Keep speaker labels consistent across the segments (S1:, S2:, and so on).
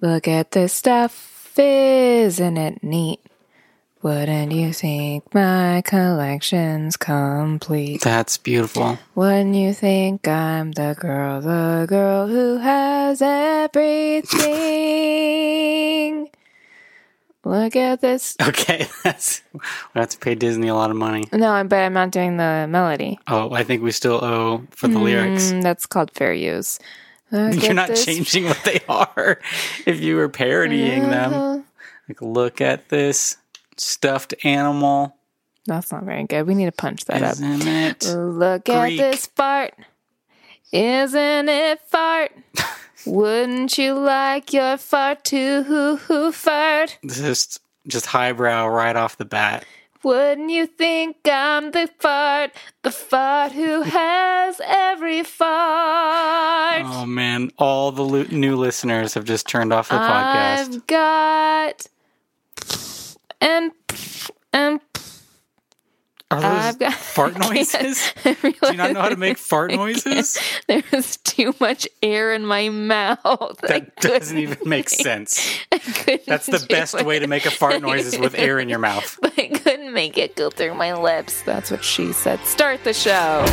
S1: Look at this stuff, isn't it neat? Wouldn't you think my collection's complete?
S2: That's beautiful.
S1: Wouldn't you think I'm the girl, the girl who has everything? Look at this.
S2: Okay, that's we will have to pay Disney a lot of money.
S1: No, but I'm not doing the melody.
S2: Oh, I think we still owe for the lyrics.
S1: Mm, that's called fair use. Look
S2: You're
S1: at
S2: not
S1: this-
S2: changing what they are if you were parodying them.
S1: Uh,
S2: Like, look at this stuffed animal,
S1: That's not very good. We need to punch that up. Uh.
S2: isn't it?
S1: Look
S2: Greek.
S1: at this fart. Isn't it fart? Wouldn't you like your fart to hoo hoo fart?
S2: This is just highbrow right off the bat.
S1: Wouldn't you think I'm the fart, the fart who has every fart?
S2: Oh man, all the lu- new listeners have just turned off the podcast.
S1: I've got and and
S2: Are those
S1: I've got-
S2: fart noises?
S1: I realized
S2: Do you not know how to make fart noises?
S1: there was too much air in my mouth. I
S2: That doesn't
S1: couldn't-
S2: even make sense.
S1: I couldn't
S2: That's the
S1: do
S2: best
S1: it.
S2: way to make a fart noise is with air in your mouth.
S1: But I couldn't make it go through my lips. That's what she said. Start the show.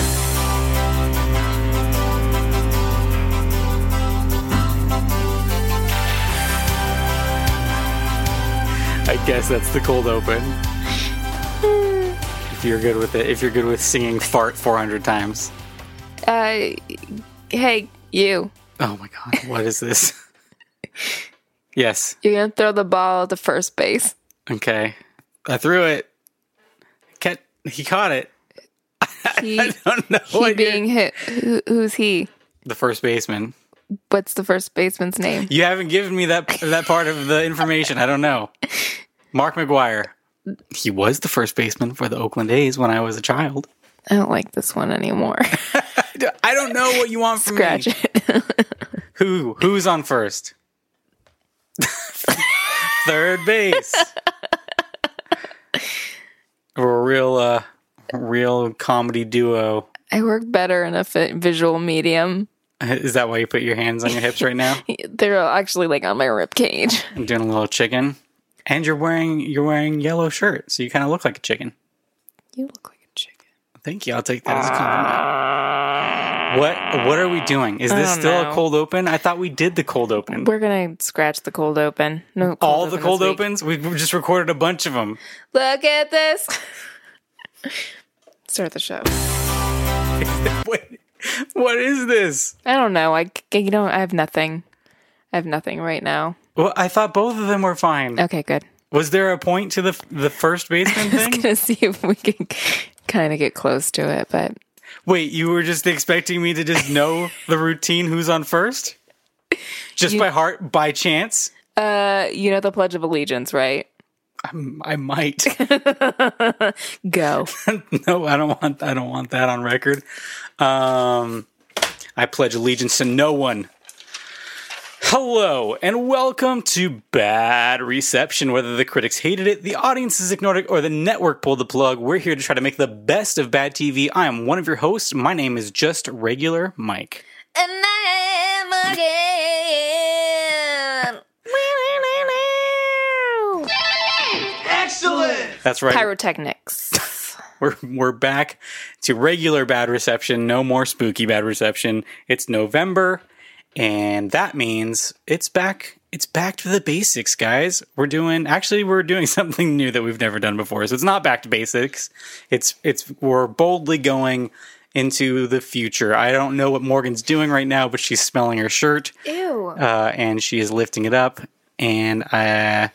S2: I guess that's the cold open. If you're good with it, if you're good with singing fart 400 times.
S1: Uh, hey, you.
S2: Oh my god, what is this? yes.
S1: You're gonna throw the ball at the first base.
S2: Okay. I threw it. Cat, he caught it.
S1: He,
S2: I don't know
S1: he
S2: what you're-
S1: being hit. Who, who's he?
S2: the first baseman.
S1: What's the first baseman's name?
S2: You haven't given me that that part of the information. I don't know. Mark McGuire. He was the first baseman for the Oakland A's when I was a child.
S1: I don't like this one anymore.
S2: I don't- I don't know what you want from
S1: Scratch
S2: me.
S1: it.
S2: Who who's on first? Third base. We're a real uh real comedy duo.
S1: I work better in a fi- visual medium.
S2: Is that why you put your hands on your hips right now?
S1: They're actually like on my rib cage.
S2: I'm doing a little chicken. And you're wearing you're wearing yellow shirt, so you kind of look like a chicken.
S1: You look like a chicken.
S2: Thank you. I'll take that as a compliment. What What are we doing? Is this still
S1: know.
S2: a cold open? I thought we did the cold open.
S1: We're gonna scratch the cold open. No, cold
S2: All the
S1: this
S2: cold
S1: week.
S2: opens. We we just recorded a bunch of them.
S1: Look at this. Start the show.
S2: Wait, what is this?
S1: I don't know. I c- you know I have nothing. I have nothing right now.
S2: Well, I thought both of them were fine.
S1: Okay, good.
S2: Was there a point to the the first baseman
S1: I was
S2: thing?
S1: gonna see if we can kind of get close to it, but
S2: Wait, you were just expecting me to just know the routine? Who's on first? Just by heart, by chance?
S1: uh, you know the Pledge of Allegiance, right?
S2: I'm, I might.
S1: Go.
S2: no, I don't want I don't want that on record. Um, I pledge allegiance to no one. Hello and welcome to Bad Reception. Whether the critics hated it, the audiences ignored it, or the network pulled the plug, we're here to try to make the best of bad TV. I am one of your hosts. My name is just regular Mike.
S1: And I am again.
S2: That's right.
S1: Pyrotechnics.
S2: We're we're back to regular bad reception. No more spooky bad reception. It's November, and that means it's back. It's back to the basics, guys. We're doing actually we're doing something new that we've never done before. So it's not back to basics. It's it's we're boldly going into the future. I don't know what Morgan's doing right now, but she's smelling her shirt
S1: Ew.
S2: uh, and she is lifting it up, and uh,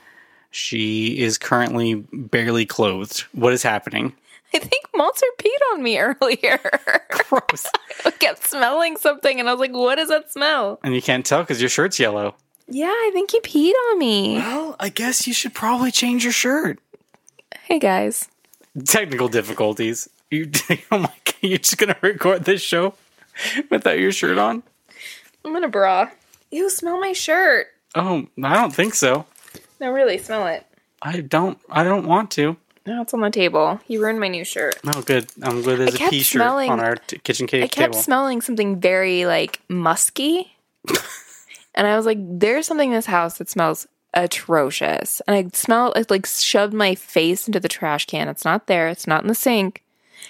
S2: she is currently barely clothed. What is happening?
S1: I think Monster peed on me earlier.
S2: Gross.
S1: I kept smelling something, and I was like, "What does that smell?"
S2: And you can't tell because your shirt's yellow.
S1: Yeah, I think he peed on me.
S2: Well, I guess you should probably change your shirt.
S1: Hey guys,
S2: Technical difficulties. You, oh my god, you're just gonna record this show without your shirt on?
S1: I'm in a bra. You smell my shirt.
S2: Oh, I don't think so.
S1: No, really, smell it.
S2: I don't. I don't want to.
S1: No, it's on the table. You ruined my new shirt.
S2: Oh, good. I'm glad there's
S1: I
S2: a
S1: kept
S2: P-shirt
S1: smelling-
S2: on our t- kitchen
S1: I
S2: cake
S1: kept
S2: table.
S1: smelling something very like musky, And I was like, there's something in this house that smells atrocious. And I smelled, I like shoved my face into the trash can. It's not there, it's not in the sink.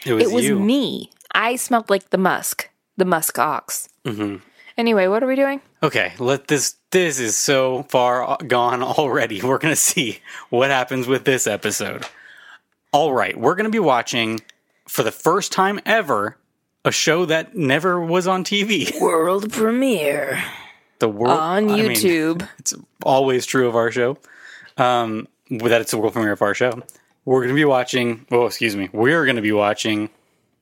S2: It was,
S1: it was
S2: you.
S1: me. I smelled like the musk, the musk ox.
S2: Mhm.
S1: Anyway, what are we doing?
S2: Okay, let this. This is so far gone already. We're gonna see what happens with this episode. All right, we're gonna be watching for the first time ever a show that never was on TV.
S1: World premiere
S2: The world
S1: on
S2: I mean,
S1: YouTube.
S2: it's always true of our show. Um, that it's the world premiere of our show. We're gonna be watching. Oh, excuse me. We're gonna be watching.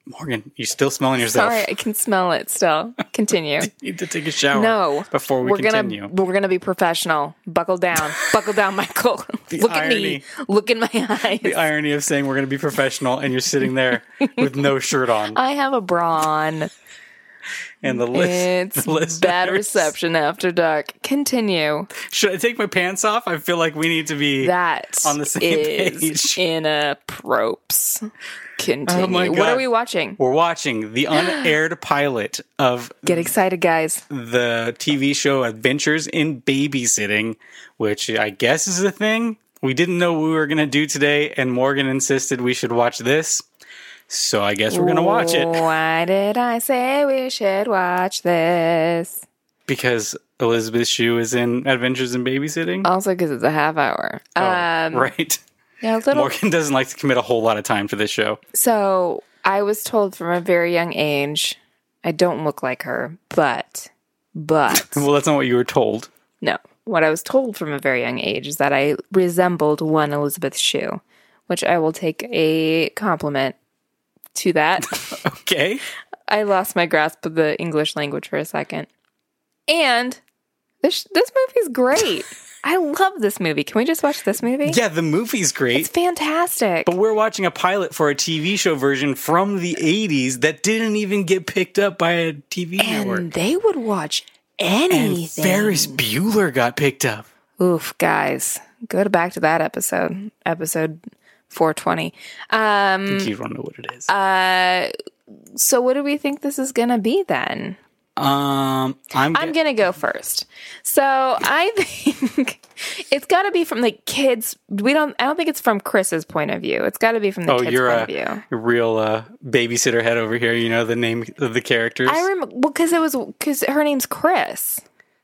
S2: Morgan, you still smelling yourself?
S1: Sorry, I can smell it still. Continue.
S2: Need to take a shower.
S1: No.
S2: before we
S1: are
S2: continue.
S1: gonna we're gonna be professional. Buckle down. Buckle down, Michael. Look
S2: irony.
S1: at me. Look in my eyes.
S2: the irony of saying we're going to be professional and you're sitting there with no shirt on
S1: I have a brawn.
S2: and the list,
S1: It's
S2: the list
S1: bad
S2: matters.
S1: reception after dark. Continue.
S2: should i take my pants off i feel like we need to be
S1: That
S2: On the same
S1: is
S2: page.
S1: in a propes. Continue.
S2: Oh my
S1: What
S2: God.
S1: are we watching?
S2: we're watching the unaired pilot of
S1: Get excited, guys.
S2: the tv show adventures in babysitting which i guess is a thing we didn't know what we were going to do today and morgan insisted we should watch this so i guess we're going to watch it
S1: Why did I say we should watch this?
S2: because elizabeth shue is in adventures in babysitting
S1: Also, because it's a half hour.
S2: Oh.
S1: um,
S2: right
S1: yeah, a little
S2: Morgan doesn't like to commit a whole lot of time to this show.
S1: So I was told from a very young age, I don't look like her, but, but,
S2: Well, that's not what you were told.
S1: no. What I was told from a very young age is that I resembled one Elizabeth Shue, which I will take a compliment to that.
S2: Okay.
S1: I lost my grasp of the English language for a second. And this, this movie's great. I love this movie. Can we just watch this movie?
S2: Yeah, the movie's great.
S1: It's fantastic.
S2: but we're watching a pilot for a TV show version from the 80s that didn't even get picked up by a TV
S1: and
S2: network.
S1: they would watch
S2: And
S1: anything.
S2: Ferris Bueller got picked up.
S1: Oof, guys, go to back to that episode, episode 420. Um,
S2: You don't know what it is.
S1: Uh, so what do we think this is gonna be then?
S2: um, I'm,
S1: I'm gonna go first. So I think it's got to be from the kids. We don't. I don't think it's from Chris's point of view. It's got to be from the
S2: Oh,
S1: kids'
S2: you're
S1: point
S2: a
S1: of view.
S2: real uh, babysitter head over here. You know the name of the characters.
S1: I remember well because it was because her name's Chris.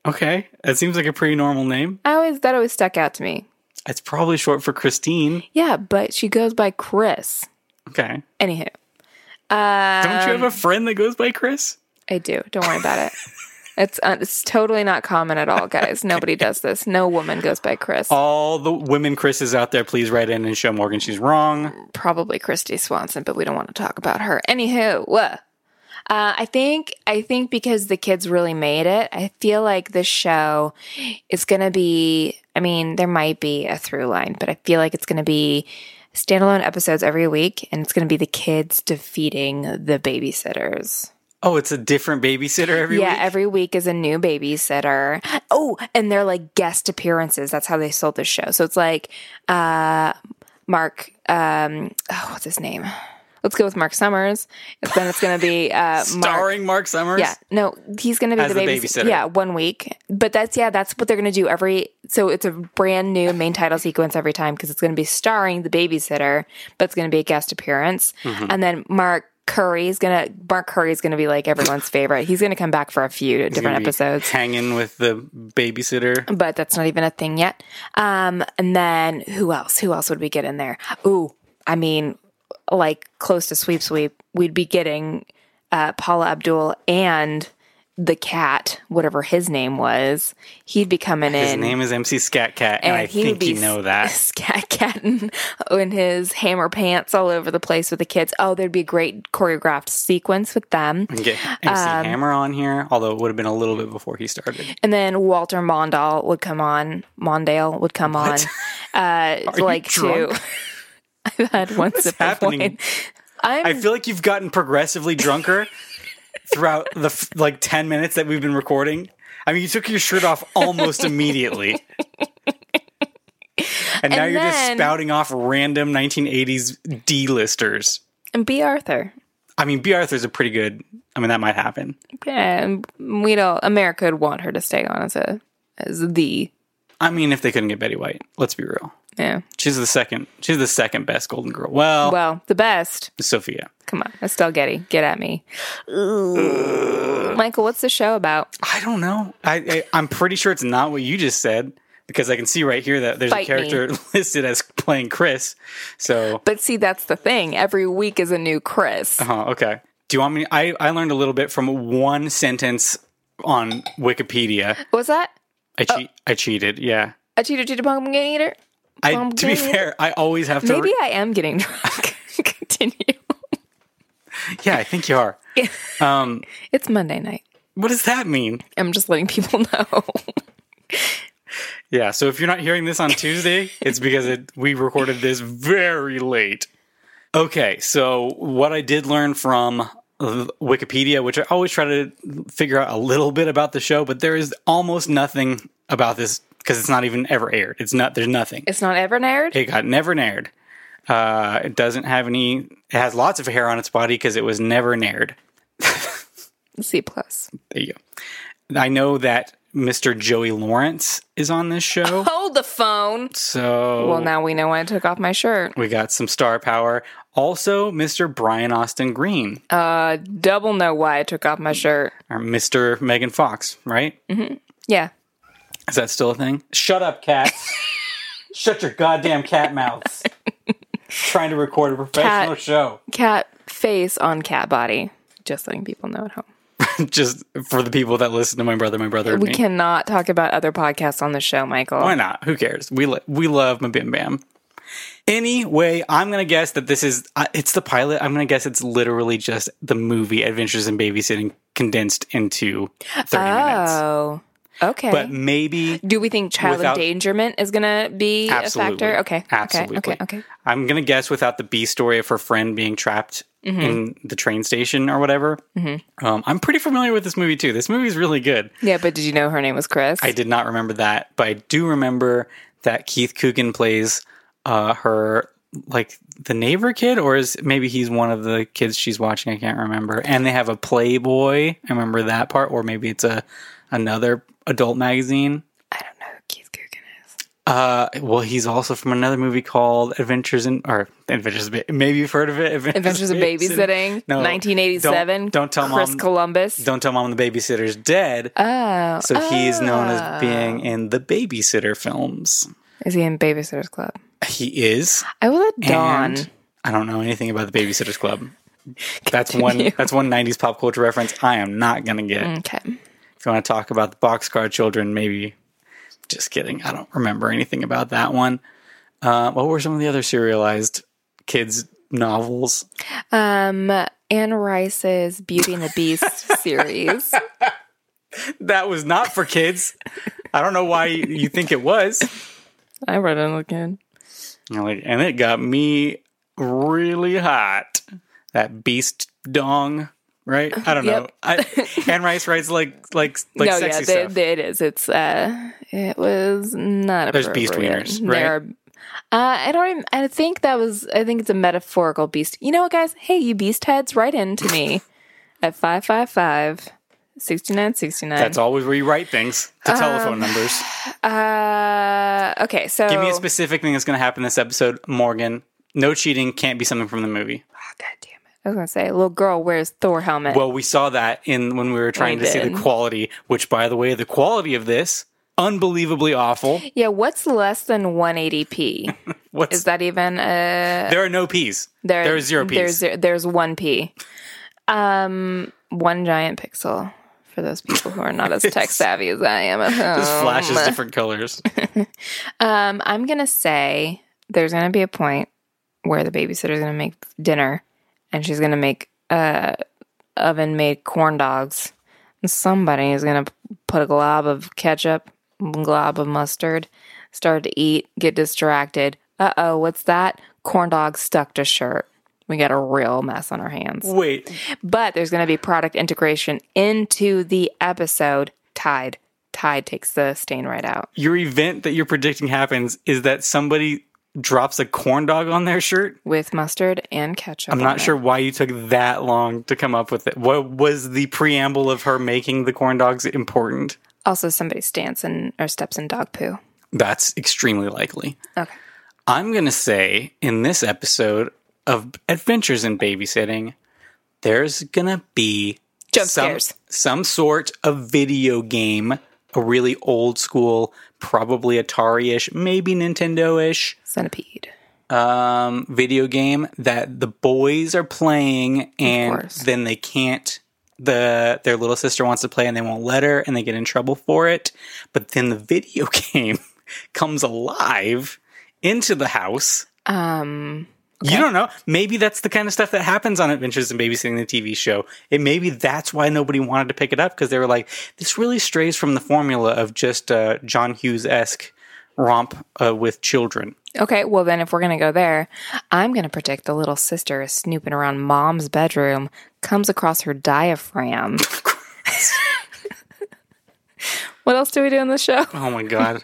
S2: okay, that seems like a pretty normal name.
S1: I always that always stuck out to me.
S2: It's probably short for Christine.
S1: Yeah, but she goes by Chris.
S2: Okay,
S1: Anywho,
S2: don't you have a
S1: Um,
S2: friend that goes by Chris?
S1: I do. Don't worry about it. It's uh, it's totally not common at all, guys. Nobody does this. No woman goes by Chris.
S2: all the women Chris's out there, please write in and show Morgan she's wrong.
S1: Probably Christy Swanson, but we don't want to talk about her. Anywho, what? Uh, I think I think because the kids really made it, I feel like this show is gonna be. I mean, there might be a through line, but I feel like it's gonna be standalone episodes every week, and it's gonna be the kids defeating the babysitters.
S2: Oh, it's a different babysitter every
S1: yeah,
S2: week.
S1: every week is a new babysitter. Oh, and they're like guest appearances. That's how they sold this show. So it's like uh Mark um oh, what's his name? Let's go with Mark Summers. And then it's going to be uh Mark
S2: Starring Mark Summers.
S1: yeah, no, he's going to be
S2: As
S1: the,
S2: the
S1: babys-
S2: babysitter.
S1: Yeah, one week. But that's yeah, that's what they're going to do every. So it's a brand new main title sequence every time because it's going to be starring the babysitter, but it's going to be a guest appearance,
S2: Mm-hmm.
S1: and then Mark. Curry is gonna Mark Curry is gonna be like everyone's favorite. He's gonna come back for a few different
S2: Gonna be
S1: episodes,
S2: Hanging with the babysitter.
S1: but that's not even a thing yet. Um, and then who else? Who else would we get in there? Ooh, I mean, like close to sweep sweep, we'd be getting uh, Paula Abdul and the cat, whatever his name was. He'd be coming
S2: His
S1: in.
S2: name is MC Scat Cat, and,
S1: and
S2: I
S1: he would
S2: think
S1: be
S2: you know that.
S1: scat catting in his hammer pants all over the place with the kids. Oh, there'd be a great choreographed sequence with them.
S2: Get MC
S1: Um,
S2: Hammer on here, although it would have been a little bit before he started.
S1: And then Walter Mondale would come on. Mondale would come on. Uh,
S2: you
S1: like
S2: drunk?
S1: to. I've had one sip of
S2: happening?
S1: wine. I'm
S2: I feel like you've gotten progressively drunker throughout the f- like 10 minutes that we've been recording. I mean, you took your shirt off almost immediately. And now
S1: And
S2: you're just
S1: then-
S2: spouting off random 1980s D-listers.
S1: and B. Arthur.
S2: I mean, B. Arthur's a pretty good I mean, that might happen.
S1: And we don't. America would want her to stay on as a as the
S2: I mean, if they couldn't get Betty White, let's be real.
S1: yeah.
S2: She's the second. She's the second best Golden Girl. Well,
S1: Well, the best.
S2: Sophia.
S1: Come on, Estelle Getty, get at me. Michael, what's the show about?
S2: I don't know. I, I I'm pretty sure it's not what you just said because I can see right here that there's
S1: Fight me.
S2: a character listed as playing Chris. So,
S1: But see, that's the thing. Every week is a new Chris.
S2: huh, uh-huh, okay. Do you want me? I I learned a little bit from one sentence on Wikipedia.
S1: What's that?
S2: I
S1: Oh.
S2: cheat. I cheated. Yeah.
S1: A cheater, cheater, pumpkin eater?
S2: I,
S1: Um,
S2: to be
S1: yeah.
S2: fair, I always have to.
S1: Maybe I am getting drunk. Continue.
S2: yeah, I think you are. um,
S1: It's Monday night.
S2: what does that mean?
S1: I'm just letting people know.
S2: Yeah, so if you're not hearing this on Tuesday, it's because it, we recorded this very late. Okay, so what I did learn from Wikipedia, which I always try to figure out a little bit about the show, but there is almost nothing about this because it's not even ever aired. It's not there's nothing.
S1: it's not ever nerd.
S2: It got never nared. Uh, it doesn't have any. It has lots of hair on its body because it was never nared.
S1: C plus.
S2: There you go. I know that Mr. Joey Lawrence is on this show,
S1: Hold the phone.
S2: so
S1: Well, now we know why I took off my shirt.
S2: We got some star power. Also, Mr. Brian Austin Green
S1: Uh, double know why I took off my shirt.
S2: or Mr. Megan Fox, right?
S1: Mm. Yeah.
S2: Is that still a thing? Shut up, cats. Shut your goddamn cat mouths. Trying to record a professional
S1: Cat.
S2: show.
S1: Cat face on cat body. Just letting people know at home.
S2: Just for the people that listen to my brother, my brother, and
S1: We
S2: me.
S1: cannot talk about other podcasts on the show, Michael.
S2: Why not? Who cares? We lo- we love my bim bam. Anyway, I'm gonna guess that this is uh, it's the pilot. I'm gonna guess it's literally just the movie Adventures in Babysitting condensed into 30 minutes.
S1: Oh, okay.
S2: But maybe
S1: Do we think child
S2: Without-
S1: endangerment is going to be a factor? Okay. Okay.
S2: Absolutely.
S1: Okay. Okay.
S2: I'm gonna guess without the B story of her friend being trapped
S1: Mm-hmm.
S2: in the train station or whatever. Um, I'm pretty familiar with this movie too. This movie is really good.
S1: Yeah, but did you know her name was Chris?
S2: I did not remember that, but I do remember that Keith Coogan plays uh, her like the neighbor kid, or is maybe he's one of the kids she's watching. I can't remember. And they have a Playboy. I remember that part, or maybe it's a another adult magazine.
S1: I don't know who Keith Coogan is.
S2: Uh, well, he's also from another movie called Adventures in, or Adventures, of Ba- maybe you've heard of it.
S1: Adventures of Babysitting,
S2: No,
S1: 1987.
S2: Don't, don't tell
S1: Chris
S2: mom.
S1: Columbus.
S2: Don't tell mom the babysitter's dead.
S1: oh.
S2: so he's known
S1: Ah.
S2: as being in the babysitter films.
S1: Is he in Babysitter's Club?
S2: He is.
S1: I will let Dawn.
S2: And I don't know anything about the Babysitters Club. That's one. That's one '90s pop culture reference. I am not gonna get.
S1: Mm. okay.
S2: If you want to talk about the boxcar children, maybe. Just kidding. I don't remember anything about that one. Uh, what were some of the other serialized kids novels?
S1: Um, Anne Rice's Beauty and the Beast series.
S2: That was not for kids. I don't know why you you think it was.
S1: I read it again.
S2: And like- and it got me really hot. That beast dong, right? I don't know.
S1: Yep.
S2: I, Anne Rice writes like like like
S1: no,
S2: sexy
S1: yeah,
S2: stuff.
S1: They, they, it is. It's uh, it was not.
S2: There's beast
S1: appropriate.
S2: wieners, right?
S1: There are. Uh, I don't. Even, I think that was. I think it's a metaphorical beast. You know what, guys? Hey, you beast heads, write in to me at 555 6969.
S2: That's always where you write things. The
S1: Um,
S2: telephone numbers.
S1: Uh, okay, so
S2: Give me a specific thing that's going to happen this episode, Morgan. No cheating can't be something from the movie.
S1: Oh, God damn it! I was gonna say, little girl wears Thor helmet.
S2: Well, we saw that in when we were trying
S1: We
S2: to see
S1: did.
S2: the quality, which by the way, the quality of this unbelievably awful.
S1: yeah, what's less than 180p?
S2: What's
S1: Is that even a
S2: there are no P's.
S1: there?
S2: there are zero P's.
S1: There's there's one p. Um, one giant pixel for those people who are not as tech savvy as I am Uh-huh. at home.
S2: Just flashes different colors.
S1: Um, I'm gonna say there's gonna be a point where the babysitter's gonna make dinner, and she's gonna make uh oven made corn dogs. And somebody is gonna put a glob of ketchup, glob of mustard, start to eat, get distracted. Uh oh, what's that? Corn dog stuck to shirt. We got a real mess on our hands.
S2: Wait,
S1: But there's gonna be product integration into the episode. Tide. Tide takes the stain right out.
S2: your event that you're predicting happens is that somebody drops a corn dog on their shirt.
S1: with mustard and ketchup.
S2: I'm
S1: on
S2: not
S1: it.
S2: sure why you took that long to come up with it. What was the preamble of her making the corn dogs important?
S1: Also, somebody stands in or steps in dog poo.
S2: That's extremely likely.
S1: Okay.
S2: I'm going to say in this episode of Adventures in Babysitting, there's going to be
S1: Jump
S2: some,
S1: scares.
S2: some sort of video game, a really old school, probably Atari ish, maybe Nintendo ish
S1: Centipede.
S2: um, video game that the boys are playing and
S1: course.
S2: then they can't the their little sister wants to play and they won't let her and they get in trouble for it but then the video game comes alive into the house
S1: Um,
S2: you don't know maybe that's the kind of stuff that happens on adventures in babysitting the tv show and maybe that's why nobody wanted to pick it up because they were like this really strays from the formula of just uh, john hughes-esque romp uh, with children
S1: okay, well, then if we're going to go there, I'm going to predict the little sister is snooping around mom's bedroom, comes across her diaphragm. what else do we do in the show?
S2: Oh my god.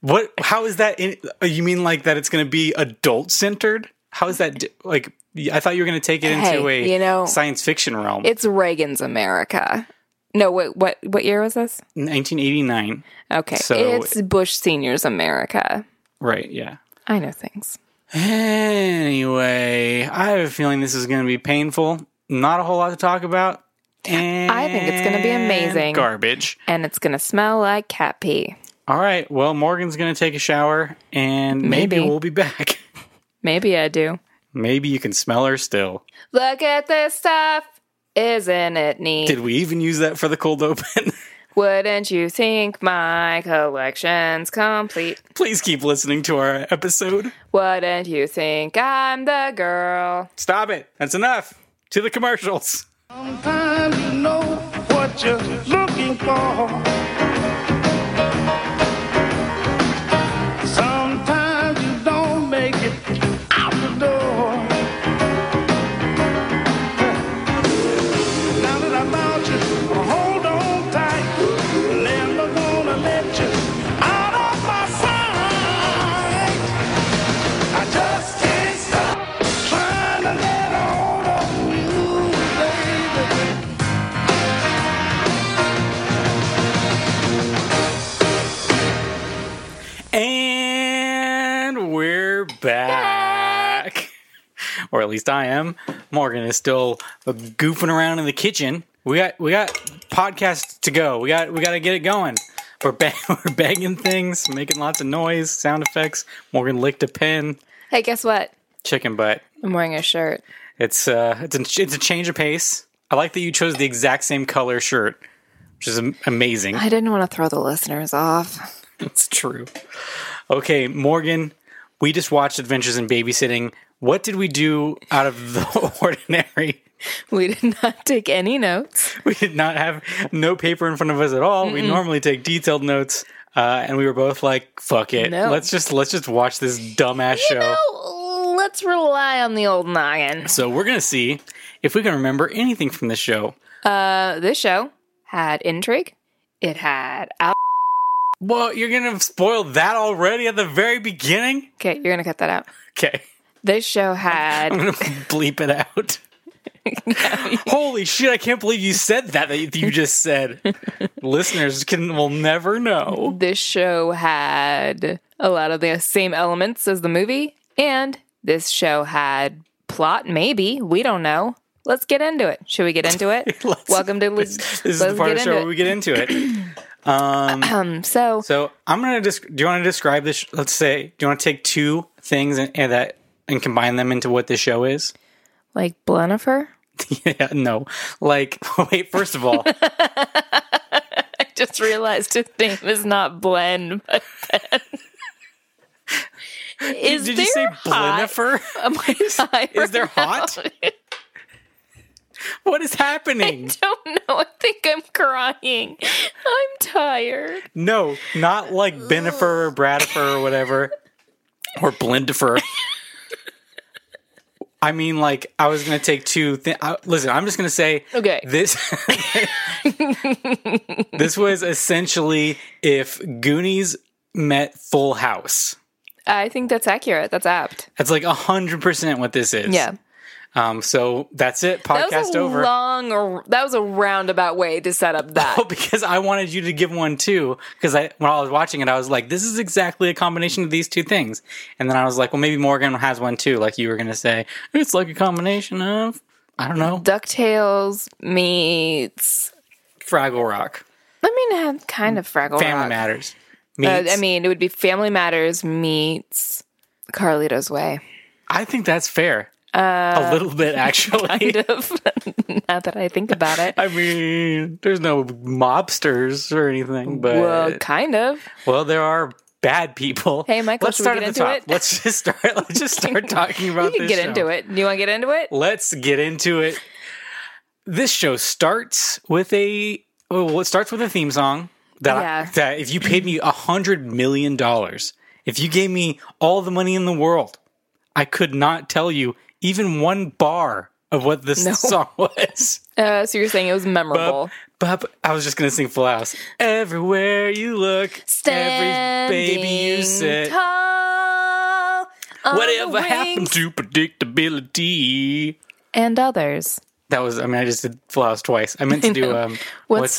S2: what how is that in, you mean like that it's going to be adult centered? How is that di- like I thought you were going to take it into
S1: Hey,
S2: a
S1: you know-
S2: science fiction realm.
S1: It's Reagan's America. No, what what what year was this?
S2: 1989.
S1: Okay,
S2: So-
S1: it's Bush Senior's America.
S2: Right, yeah.
S1: I know things.
S2: Anyway, I have a feeling this is going to be painful. Not a whole lot to talk about. And
S1: I think it's gonna be amazing.
S2: Garbage.
S1: And it's going to smell like cat pee.
S2: All right. Well, Morgan's going to take a shower and maybe,
S1: Maybe.
S2: we'll be back.
S1: Maybe I do.
S2: maybe you can smell her still.
S1: Look at this stuff. Isn't it neat?
S2: Did we even use that for the cold open?
S1: Wouldn't you think my collection's complete?
S2: Please keep listening to our episode.
S1: Wouldn't you think I'm the girl?
S2: Stop it. That's enough. To the commercials.
S3: Sometimes you know what you're looking for. Sometimes you don't make it out the door. Now that I found you, hold on tight. Never gonna let you out of my sight. I just can't stop trying to let hold of you, baby.
S2: And we're back. Or at least I am. Morgan is still goofing around in the kitchen. We got we got podcasts to go. We got we got to get it going. We're bang, we're banging things, making lots of noise, sound effects. Morgan licked a pen.
S1: Hey, guess what?
S2: Chicken butt.
S1: I'm wearing a shirt.
S2: It's uh it's a, it's a change of pace. I like that you chose the exact same color shirt, which is am- amazing.
S1: I didn't want to throw the listeners off.
S2: It's true. Okay, Morgan, we just watched Adventures in Babysitting. What did we do out of the ordinary?
S1: We did not take any notes.
S2: We did not have no paper in front of us at all. We normally take detailed notes, uh, and we were both like, "Fuck it,
S1: No.
S2: let's just let's just watch this dumbass show."
S1: No, let's rely on the old noggin.
S2: So we're gonna see if we can remember anything from this show.
S1: Uh, this show had intrigue. It had out.
S2: Well, you're gonna spoil that already at the very beginning.
S1: Okay, you're gonna cut that out.
S2: Okay,
S1: This show
S2: I'm
S1: had.
S2: gonna bleep it out. Holy shit, I can't believe you said that that you just said. Listeners can will never know.
S1: this show had a lot of the same elements as the movie, and this show had plot, maybe. We don't know. Let's get into it. Should we get into it?
S2: Let's-
S1: Welcome to
S2: This, this is the
S1: let's
S2: part of
S1: get
S2: the show
S1: into
S2: where
S1: it.
S2: we get into it.
S1: Um, so,
S2: So I'm gonna just. do you want to describe this? sh- Let's say, do you want to take two things and, and that and combine them into what this show is?
S1: like Blenifer?
S2: yeah, no. Like, wait. First of all,
S1: I just realized his name is not Blen, but Ben. is
S2: did
S1: there
S2: you say
S1: hot-
S2: Blenifer?
S1: Am I
S2: Is there hot? What is happening?
S1: don't know. I think I'm crying. I'm tired.
S2: No, not like Benifer or Bradifer or whatever, or Blendifer. I mean, like I was gonna take two. Thi- I, listen, I'm just gonna say
S1: Okay.
S2: this. this was essentially if Goonies met Full House.
S1: I think that's accurate. That's apt.
S2: That's like hundred percent what this is.
S1: Yeah.
S2: Um. So that's it.
S1: That was
S2: Podcast
S1: a
S2: over.
S1: long. That was a roundabout way to set up that.
S2: Oh, because I wanted you to give one too. Because I, when I was watching it, I was like, "This is exactly a combination of these two things." And then I was like, "Well, maybe Morgan has one too." Like you were gonna say, "It's like a combination of I don't know,
S1: Ducktales meets.
S2: Fraggle Rock,
S1: I mean, I have kind of Fraggle
S2: Family
S1: Rock.
S2: Matters."
S1: Uh,
S2: Meets.
S1: I mean, it would be Family Matters meets Carlito's Way.
S2: I think that's fair.
S1: Uh,
S2: a little bit, actually.
S1: Kind of. now that I think about it.
S2: I mean, there's no mobsters or anything, but
S1: well,
S2: well,
S1: kind of.
S2: there are bad people.
S1: Hey, Michael,
S2: let's
S1: should we
S2: start
S1: get
S2: at the
S1: into
S2: top.
S1: it?
S2: Let's just start. Let's just start talking about
S1: we can
S2: this.
S1: get
S2: show.
S1: into it. Do you want to get into it?
S2: Let's get into it. This show starts with a well, it starts with a theme song that I-
S1: Yeah.
S2: that if you paid me a hundred million dollars, if you gave me all the money in the world, I could not tell you even one bar of what this song was.
S1: Uh, so you're saying it was memorable.
S2: But I was just gonna sing Full House. Everywhere you look, every baby you
S1: Standing
S2: sit.
S1: Tall on
S2: Whatever
S1: the
S2: happened
S1: wings
S2: to predictability?
S1: and others.
S2: That was. I mean, I just did Full House twice. I meant to do um. What's,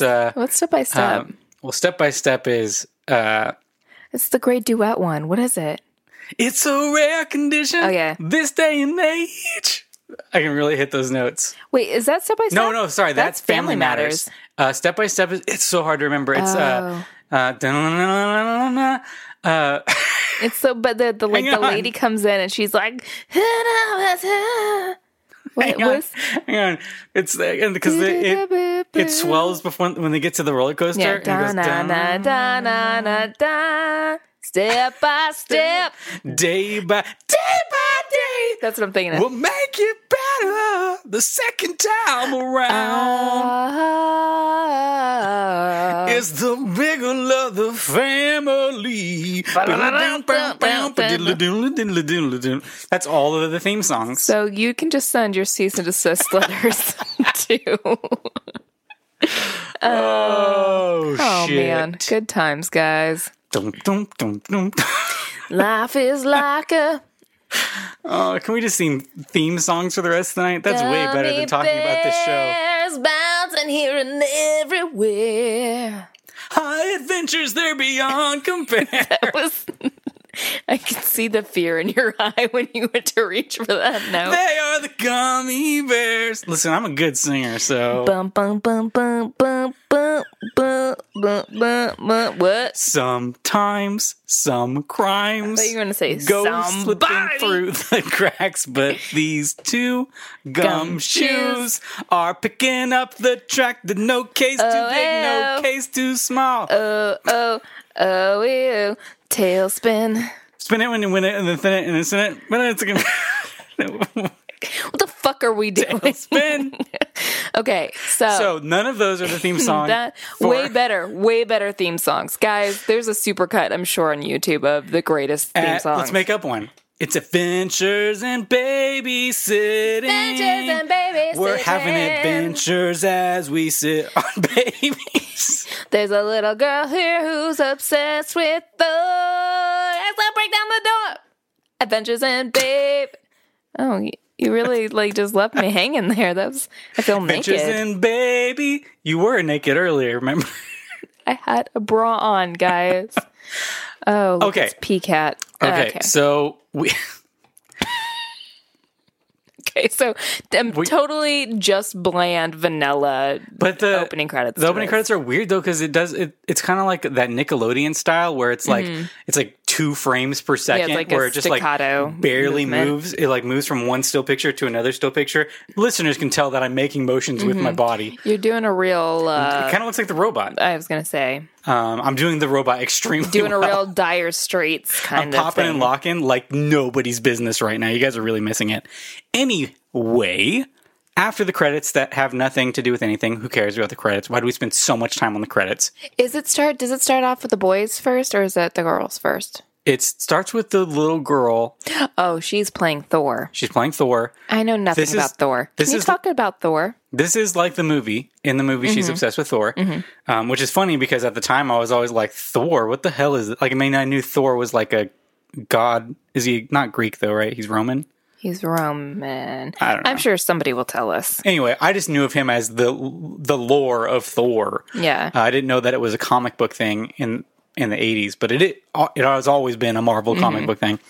S1: What's
S2: uh?
S1: what's step by step?
S2: um, well, step by step is uh.
S1: it's the great duet one. What is it?
S2: It's a rare condition.
S1: Oh, yeah.
S2: This day and age. I can really hit those notes.
S1: Wait, is that step by step?
S2: No, no, sorry. That's, Family, Matters. Uh, step by step is. It's so hard to remember. It's uh. Uh. dun-dun-dun-dun-dun-dun-dun. Uh.
S1: It's so, but the, the like
S2: Hang
S1: the
S2: on.
S1: lady comes in and she's like, what
S2: Hang on.
S1: was?
S2: Hang on. It's uh, because it, it, it swells before when they get to the roller coaster.
S1: Yeah,
S2: and it goes
S1: da na na
S2: down,
S1: da na na da. Step by step.
S2: day by day by day.
S1: That's what I'm thinking. Of.
S2: We'll make it better the second time around.
S1: Ah.
S2: It's the bigger love, the family. That's all of the theme songs.
S1: So you can just send your cease and desist letters to.
S2: oh,
S1: Oh
S2: shit.
S1: man, good times, guys.
S2: Dum, dum, dum, dum.
S1: Life is like a
S2: Oh, can we just sing theme songs for the rest of the night? That's way better than talking about this show.
S1: There's bouncing here and everywhere.
S2: High adventures, they're beyond compare.
S1: That was. I could see the fear in your eye when you went to reach for that note.
S2: They are the gummy bears. Listen, I'm a good singer, so
S1: Bum bum bum bum bum bum bum bum bum. bum. What?
S2: sometimes some
S1: I
S2: crimes
S1: thought you were gonna say
S2: go
S1: somebody.
S2: slipping through the cracks, but these two gum shoes are picking up the track. The no case too big, no
S1: Oh,
S2: case too small.
S1: Oh oh oh ew. Tailspin.
S2: Spin it when you win it, and then thin it, and then spin it. When it's gonna
S1: What the fuck are we doing?
S2: spin.
S1: Okay, so,
S2: So none of those are the theme song.
S1: Oh. that
S2: for-
S1: way better, way better theme songs, guys. There's a supercut I'm sure on YouTube of the greatest theme
S2: Uh,
S1: songs.
S2: Let's make up one. It's adventures and babysitting.
S1: Adventures and babysitting.
S2: We're having adventures as we sit on babies.
S1: There's a little girl here who's obsessed with the. Let's break down the door. Adventures and babe. Oh, y- you really like just left me hanging there. That was I feel
S2: adventures
S1: naked.
S2: and baby. You were naked earlier, remember?
S1: I had a bra on, guys. Oh, look,
S2: Okay.
S1: It's PCAT.
S2: Okay, so we
S1: Okay, so um, totally just bland vanilla
S2: but the
S1: opening credits.
S2: The
S1: to
S2: opening
S1: this.
S2: credits are weird though because it does it, it's kind of like that Nickelodeon style where it's like it's like two frames per second
S1: Mm-hmm. like a
S2: where it just like
S1: staccato
S2: barely
S1: movement.
S2: moves it like moves from one still picture to another still picture. Listeners can tell that I'm making motions with my body.
S1: You're doing a real.
S2: it
S1: Mm-hmm. Uh,
S2: kind of looks like the robot.
S1: I was gonna say
S2: Um, I'm doing the robot extremely
S1: doing a
S2: well.
S1: real dire straits kind of
S2: popping
S1: thing.
S2: and locking like nobody's business right now. You guys are really missing it. Anyway, after the credits that have nothing to do with anything, who cares about the credits? Why do we spend so much time on the credits?
S1: Is it start? Does it start off with the boys first, or is it the girls first?
S2: It starts with the little girl.
S1: Oh, she's playing Thor.
S2: She's playing Thor.
S1: I know nothing
S2: This is-
S1: about Thor.
S2: this
S1: Can you
S2: is-
S1: talk about Thor?
S2: This is like the movie. In the movie, she's obsessed with Thor, um, which is funny because at the time I was always like, Thor, what the hell is it? Like, I mean, I knew Thor was like a god. Is he not Greek though, right? He's Roman.
S1: He's Roman.
S2: I don't know.
S1: I'm sure somebody will tell us.
S2: Anyway, I just knew of him as the the lore of Thor.
S1: Yeah.
S2: Uh, I didn't know that it was a comic book thing in in the 80s, but it it, it has always been a Marvel comic
S1: Mm-hmm.
S2: book thing.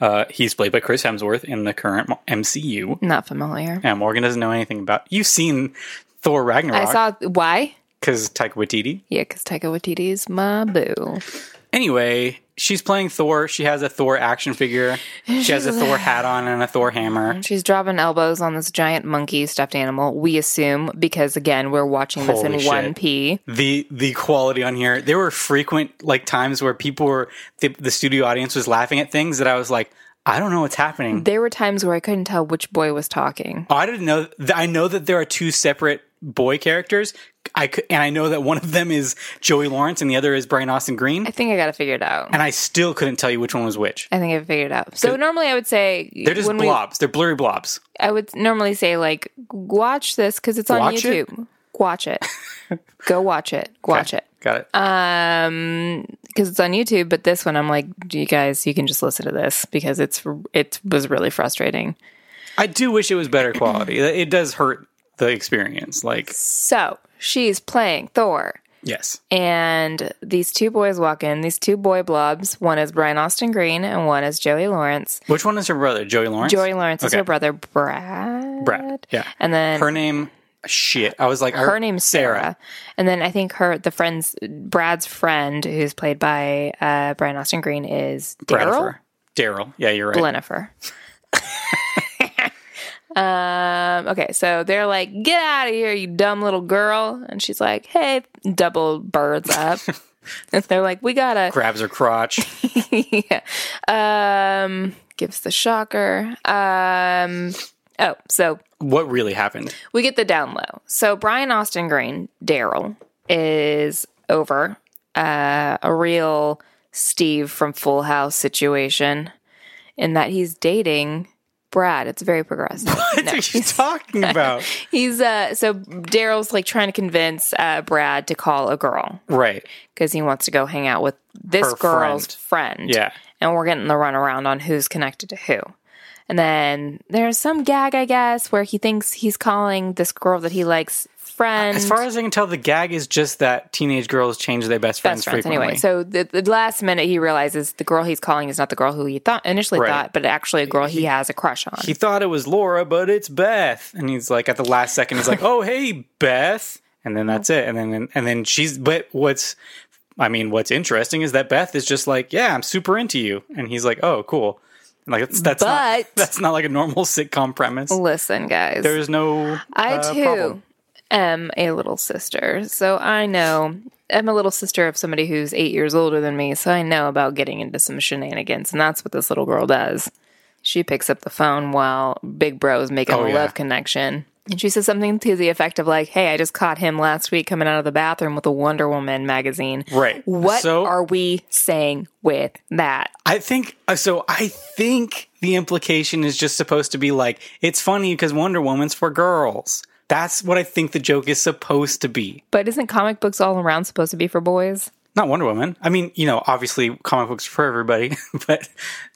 S2: Uh, he's played by Chris Hemsworth in the current MCU.
S1: Not familiar.
S2: Yeah, Morgan doesn't know anything about. You've seen Thor
S1: I
S2: Ragnarok
S1: saw why?
S2: because Taika Waititi.
S1: Yeah, because Taika Waititi's my boo.
S2: Anyway, she's playing Thor. She has a Thor action figure. She has a Thor hat on and a Thor hammer.
S1: She's dropping elbows on this giant monkey stuffed animal. We assume because again we're watching this
S2: Holy
S1: in
S2: shit.
S1: one P.
S2: the the quality on here. There were frequent like times where people were the, the studio audience was laughing at things that I was like, I don't know what's happening.
S1: There were times where I couldn't tell which boy was talking.
S2: I didn't know. Th- I know that there are two separate boy characters. I cou- and I know that one of them is Joey Lawrence and the other is Brian Austin Green.
S1: I think I got to figure it out.
S2: And I still couldn't tell you which one was which.
S1: I think I figured it out. So normally I would say
S2: They're just
S1: when we-
S2: blobs. They're blurry blobs.
S1: I would normally say like watch this because it's on
S2: Watch it?
S1: YouTube. Watch it. Go watch it. Watch it. Uh,
S2: Got it.
S1: um because it's on youtube but this one i'm like you guys you can just listen to this because it's it was really frustrating
S2: I do wish it was better quality. It it does hurt the experience. Like
S1: so she's playing thor
S2: yes,
S1: and these two boys walk in these two boy blobs one is brian austin green and one is joey lawrence
S2: which one is her brother? Joey Lawrence.
S1: joey lawrence is
S2: Okay.
S1: her brother brad
S2: Brad. Yeah.
S1: and then
S2: her
S1: her,
S2: name shit i was like
S1: her name's sarah. and then i think her the friend's brad's friend who's played by uh brian austin green is daryl
S2: Bradifer. daryl yeah you're right
S1: Glenifer. um, okay, so they're like, get out of here, you dumb little girl. And she's like, hey, double birds up. and they're like, we gotta,
S2: grabs her crotch
S1: yeah. um, gives the shocker. Um, oh, so
S2: what really happened
S1: we get the down low. So Brian Austin Green, Daryl, is over uh, a real Steve from Full House situation in that he's dating Brad. It's very progressive.
S2: what are you talking about
S1: he's uh, so Daryl's like trying to convince uh, Brad to call a girl
S2: right
S1: because he wants to go hang out with this
S2: Her
S1: girl's friend.
S2: yeah
S1: And we're getting the runaround on who's connected to who. And then there's some gag, I guess, where he thinks he's calling this girl that he likes friend.
S2: as far as i can tell the gag is just that teenage girls change their best friends,
S1: best friends
S2: frequently
S1: anyway. So the, the last minute he realizes the girl he's calling is not the girl who he thought initially
S2: Right.
S1: thought, but actually a girl he, has a crush on.
S2: he thought it was laura but it's beth and he's like at the last second he's like oh hey beth and then that's it and then and then she's but what's i mean what's interesting is that beth is just like yeah i'm super into you and he's like oh cool like that's that's not,
S1: But-
S2: that's not like a normal sitcom premise
S1: Listen, guys.
S2: There's no.
S1: I
S2: uh,
S1: too
S2: problem.
S1: am a little sister, so I know I'm a little sister of somebody who's eight years older than me, so I know about getting into some shenanigans, and that's what this little girl does. She picks up the phone while Big Bro is making
S2: Oh,
S1: a
S2: yeah.
S1: love connection. And she says something to the effect of like, "Hey, I just caught him last week coming out of the bathroom with a Wonder Woman magazine."
S2: Right.
S1: What
S2: So-
S1: are we saying with that?
S2: I think uh, so. I think the implication is just supposed to be like it's funny because Wonder Woman's for girls. That's what I think the joke is supposed to be.
S1: But isn't comic books all around supposed to be for boys?
S2: Not Wonder Woman. I mean, you know, obviously comic books are for everybody, but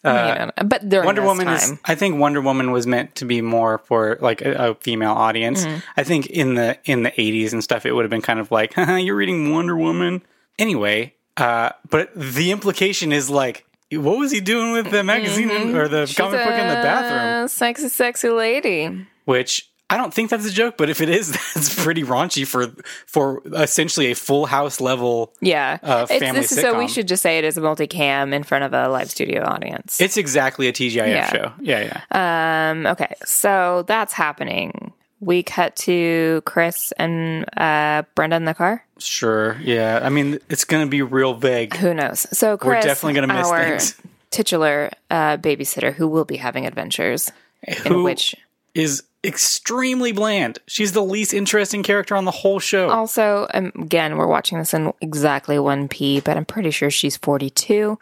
S2: uh,
S1: You know, but during
S2: Wonder
S1: this
S2: Woman
S1: time,
S2: is. I think Wonder Woman was meant to be more for like a, a female audience. I think in the in the eighties and stuff, it would have been kind of like, Haha, "You're reading Wonder Woman." Anyway, uh, but the implication is like, what was he doing with the magazine or the comic book in the bathroom?
S1: Uh, sexy, sexy lady.
S2: Which I don't think that's a joke, but if it is, that's pretty raunchy for for essentially a Full House level.
S1: Yeah.
S2: uh,
S1: It's-
S2: family
S1: this is so we
S2: sitcom.
S1: should just say it is a multicam in front of a live studio audience.
S2: It's exactly a TGIF
S1: Yeah.
S2: show. Yeah, yeah.
S1: um okay. So that's happening. We cut to Chris and uh Brenda in the car.
S2: sure. Yeah. I mean, it's gonna be real vague.
S1: Who knows? So Chris
S2: definitely gonna miss
S1: our
S2: things.
S1: titular uh babysitter who will be having adventures in
S2: Who-
S1: which
S2: is extremely bland. She's the least interesting character on the whole show.
S1: also um, again we're watching this in exactly 1p but i'm pretty sure she's 42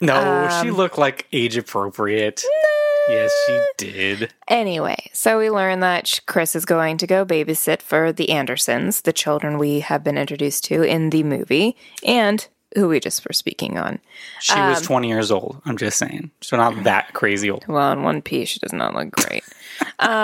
S2: no, she looked like age appropriate. Yes, she did.
S1: Anyway, so we learn that sh- Chris is going to go babysit for the Andersons, the children we have been introduced to in the movie, and who we just were speaking on.
S2: She was 20 years old. I'm just saying. So not that crazy old.
S1: Well, in one piece, she does not look great.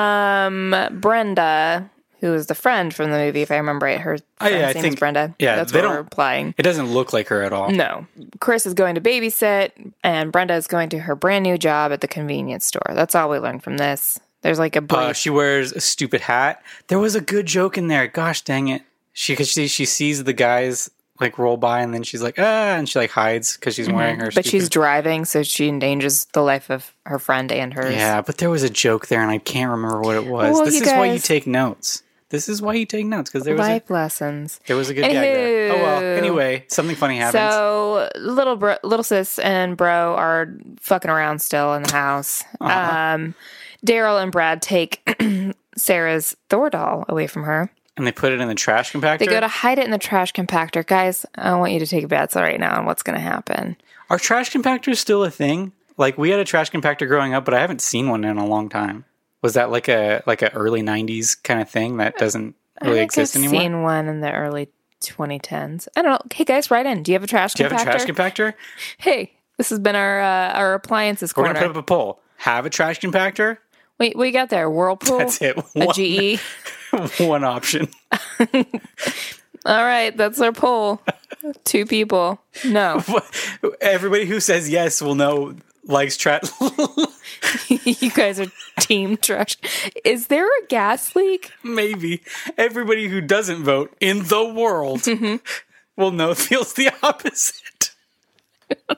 S1: um, Brenda, who is the friend from the movie, if I remember right, her
S2: Oh, yeah,
S1: friend's
S2: I
S1: name
S2: think-
S1: is Brenda.
S2: yeah,
S1: that's
S2: they
S1: what
S2: don't-
S1: we're implying.
S2: It doesn't look like her at all.
S1: No, Chris is going to babysit, and Brenda is going to her brand new job at the convenience store. That's all we learned from this. There's like a brief
S2: Uh, she wears a stupid hat. There was a good joke in there. Gosh dang it. She cause she she sees the guys like roll by and then she's like ah and she like hides because she's wearing her.
S1: Mm-hmm. but
S2: stupid-
S1: she's driving, so she endangers the life of her friend and hers.
S2: yeah. But there was a joke there and I can't remember what it was.
S1: Well,
S2: this
S1: you
S2: is why you
S1: guys-
S2: take notes. This is why you take notes because there was a,
S1: Life lessons.
S2: there was a good gag there. Oh well.
S1: Anywho.
S2: Anyway, something funny happens.
S1: So little bro, little sis and bro are fucking around still in the house.
S2: Uh-huh.
S1: Um, Daryl and Brad take Sarah's Thor doll away from her.
S2: and they put it in the trash compactor.
S1: They go to hide it in the trash compactor. Guys, I want you to take bets right now on what's going to happen.
S2: Are trash compactors still a thing? Like we had a trash compactor growing up, but I haven't seen one in a long time. Was that like a like a early '90s kind of thing that doesn't
S1: Uh, I
S2: really
S1: think
S2: exist
S1: I've
S2: anymore?
S1: seen one in the early 2010s. I don't know. Hey guys, write in. Do you have a trash
S2: Do you
S1: compactor?
S2: have a trash compactor?
S1: hey, this has been our uh, our appliances
S2: We're
S1: corner.
S2: gonna put up a poll. Have a trash compactor?
S1: Wait, what you got there? Whirlpool.
S2: That's it.
S1: A E?
S2: One-
S1: GE.
S2: One option.
S1: All right, that's our poll. Two people. No,
S2: Everybody who says yes will know likes trash.
S1: you guys are team trash. Is there a gas leak?
S2: Maybe everybody who doesn't vote in the world
S1: Mm-hmm.
S2: will know feels the opposite.
S1: I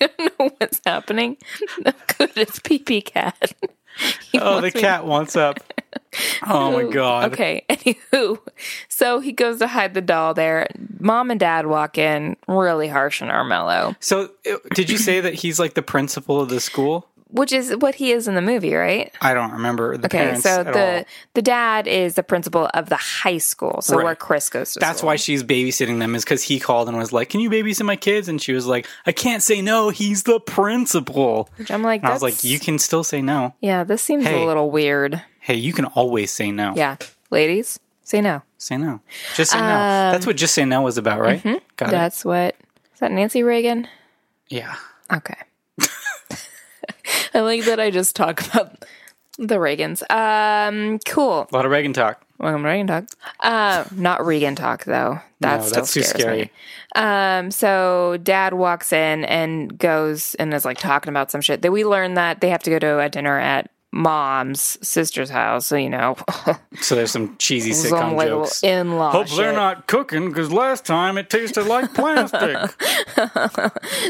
S1: don't know what's happening. No good. It's pee pee cat. He
S2: Oh, the
S1: wants me to
S2: cat wants up. Oh my
S1: Ooh,
S2: god.
S1: Okay. Anywho, so he goes to hide the doll there. Mom and dad walk in, really harsh and Armello,
S2: So, it- did you say that he's like the principal of the school?
S1: which is what he is in the movie, right?
S2: I don't remember the
S1: Okay.
S2: parents
S1: So
S2: at
S1: the
S2: all.
S1: the dad is the principal of the high school, so
S2: Right.
S1: where Chris goes to
S2: That's
S1: school.
S2: why she's babysitting them is because he called and was like, "Can you babysit my kids?" And she was like, "I can't say no. He's the principal." And
S1: I'm like,
S2: I was
S1: that's-
S2: like, "You can still say no.
S1: Yeah, this seems
S2: Hey.
S1: a little weird.
S2: Hey, you can always say no.
S1: Yeah, ladies, say no.
S2: Say no. Just say no. That's what just say no was about, right? Got
S1: Um, mm-hmm. That's what is that Nancy Reagan?
S2: it. Yeah.
S1: Okay. I like that I just talk about the Reagans. Um, cool.
S2: A lot of Reagan talk.
S1: Welcome to Reagan Talk. Uh, not Regan Talk though. That
S2: No,
S1: still
S2: that's too
S1: scares
S2: scary.
S1: me. Um, so Dad walks in and goes and is like talking about some shit that we learned that they have to go to a dinner at mom's sister's house. So you know,
S2: So there's some cheesy
S1: some
S2: sitcom
S1: little
S2: jokes.
S1: in law.
S2: Hope they're not cooking because last time it tasted like plastic.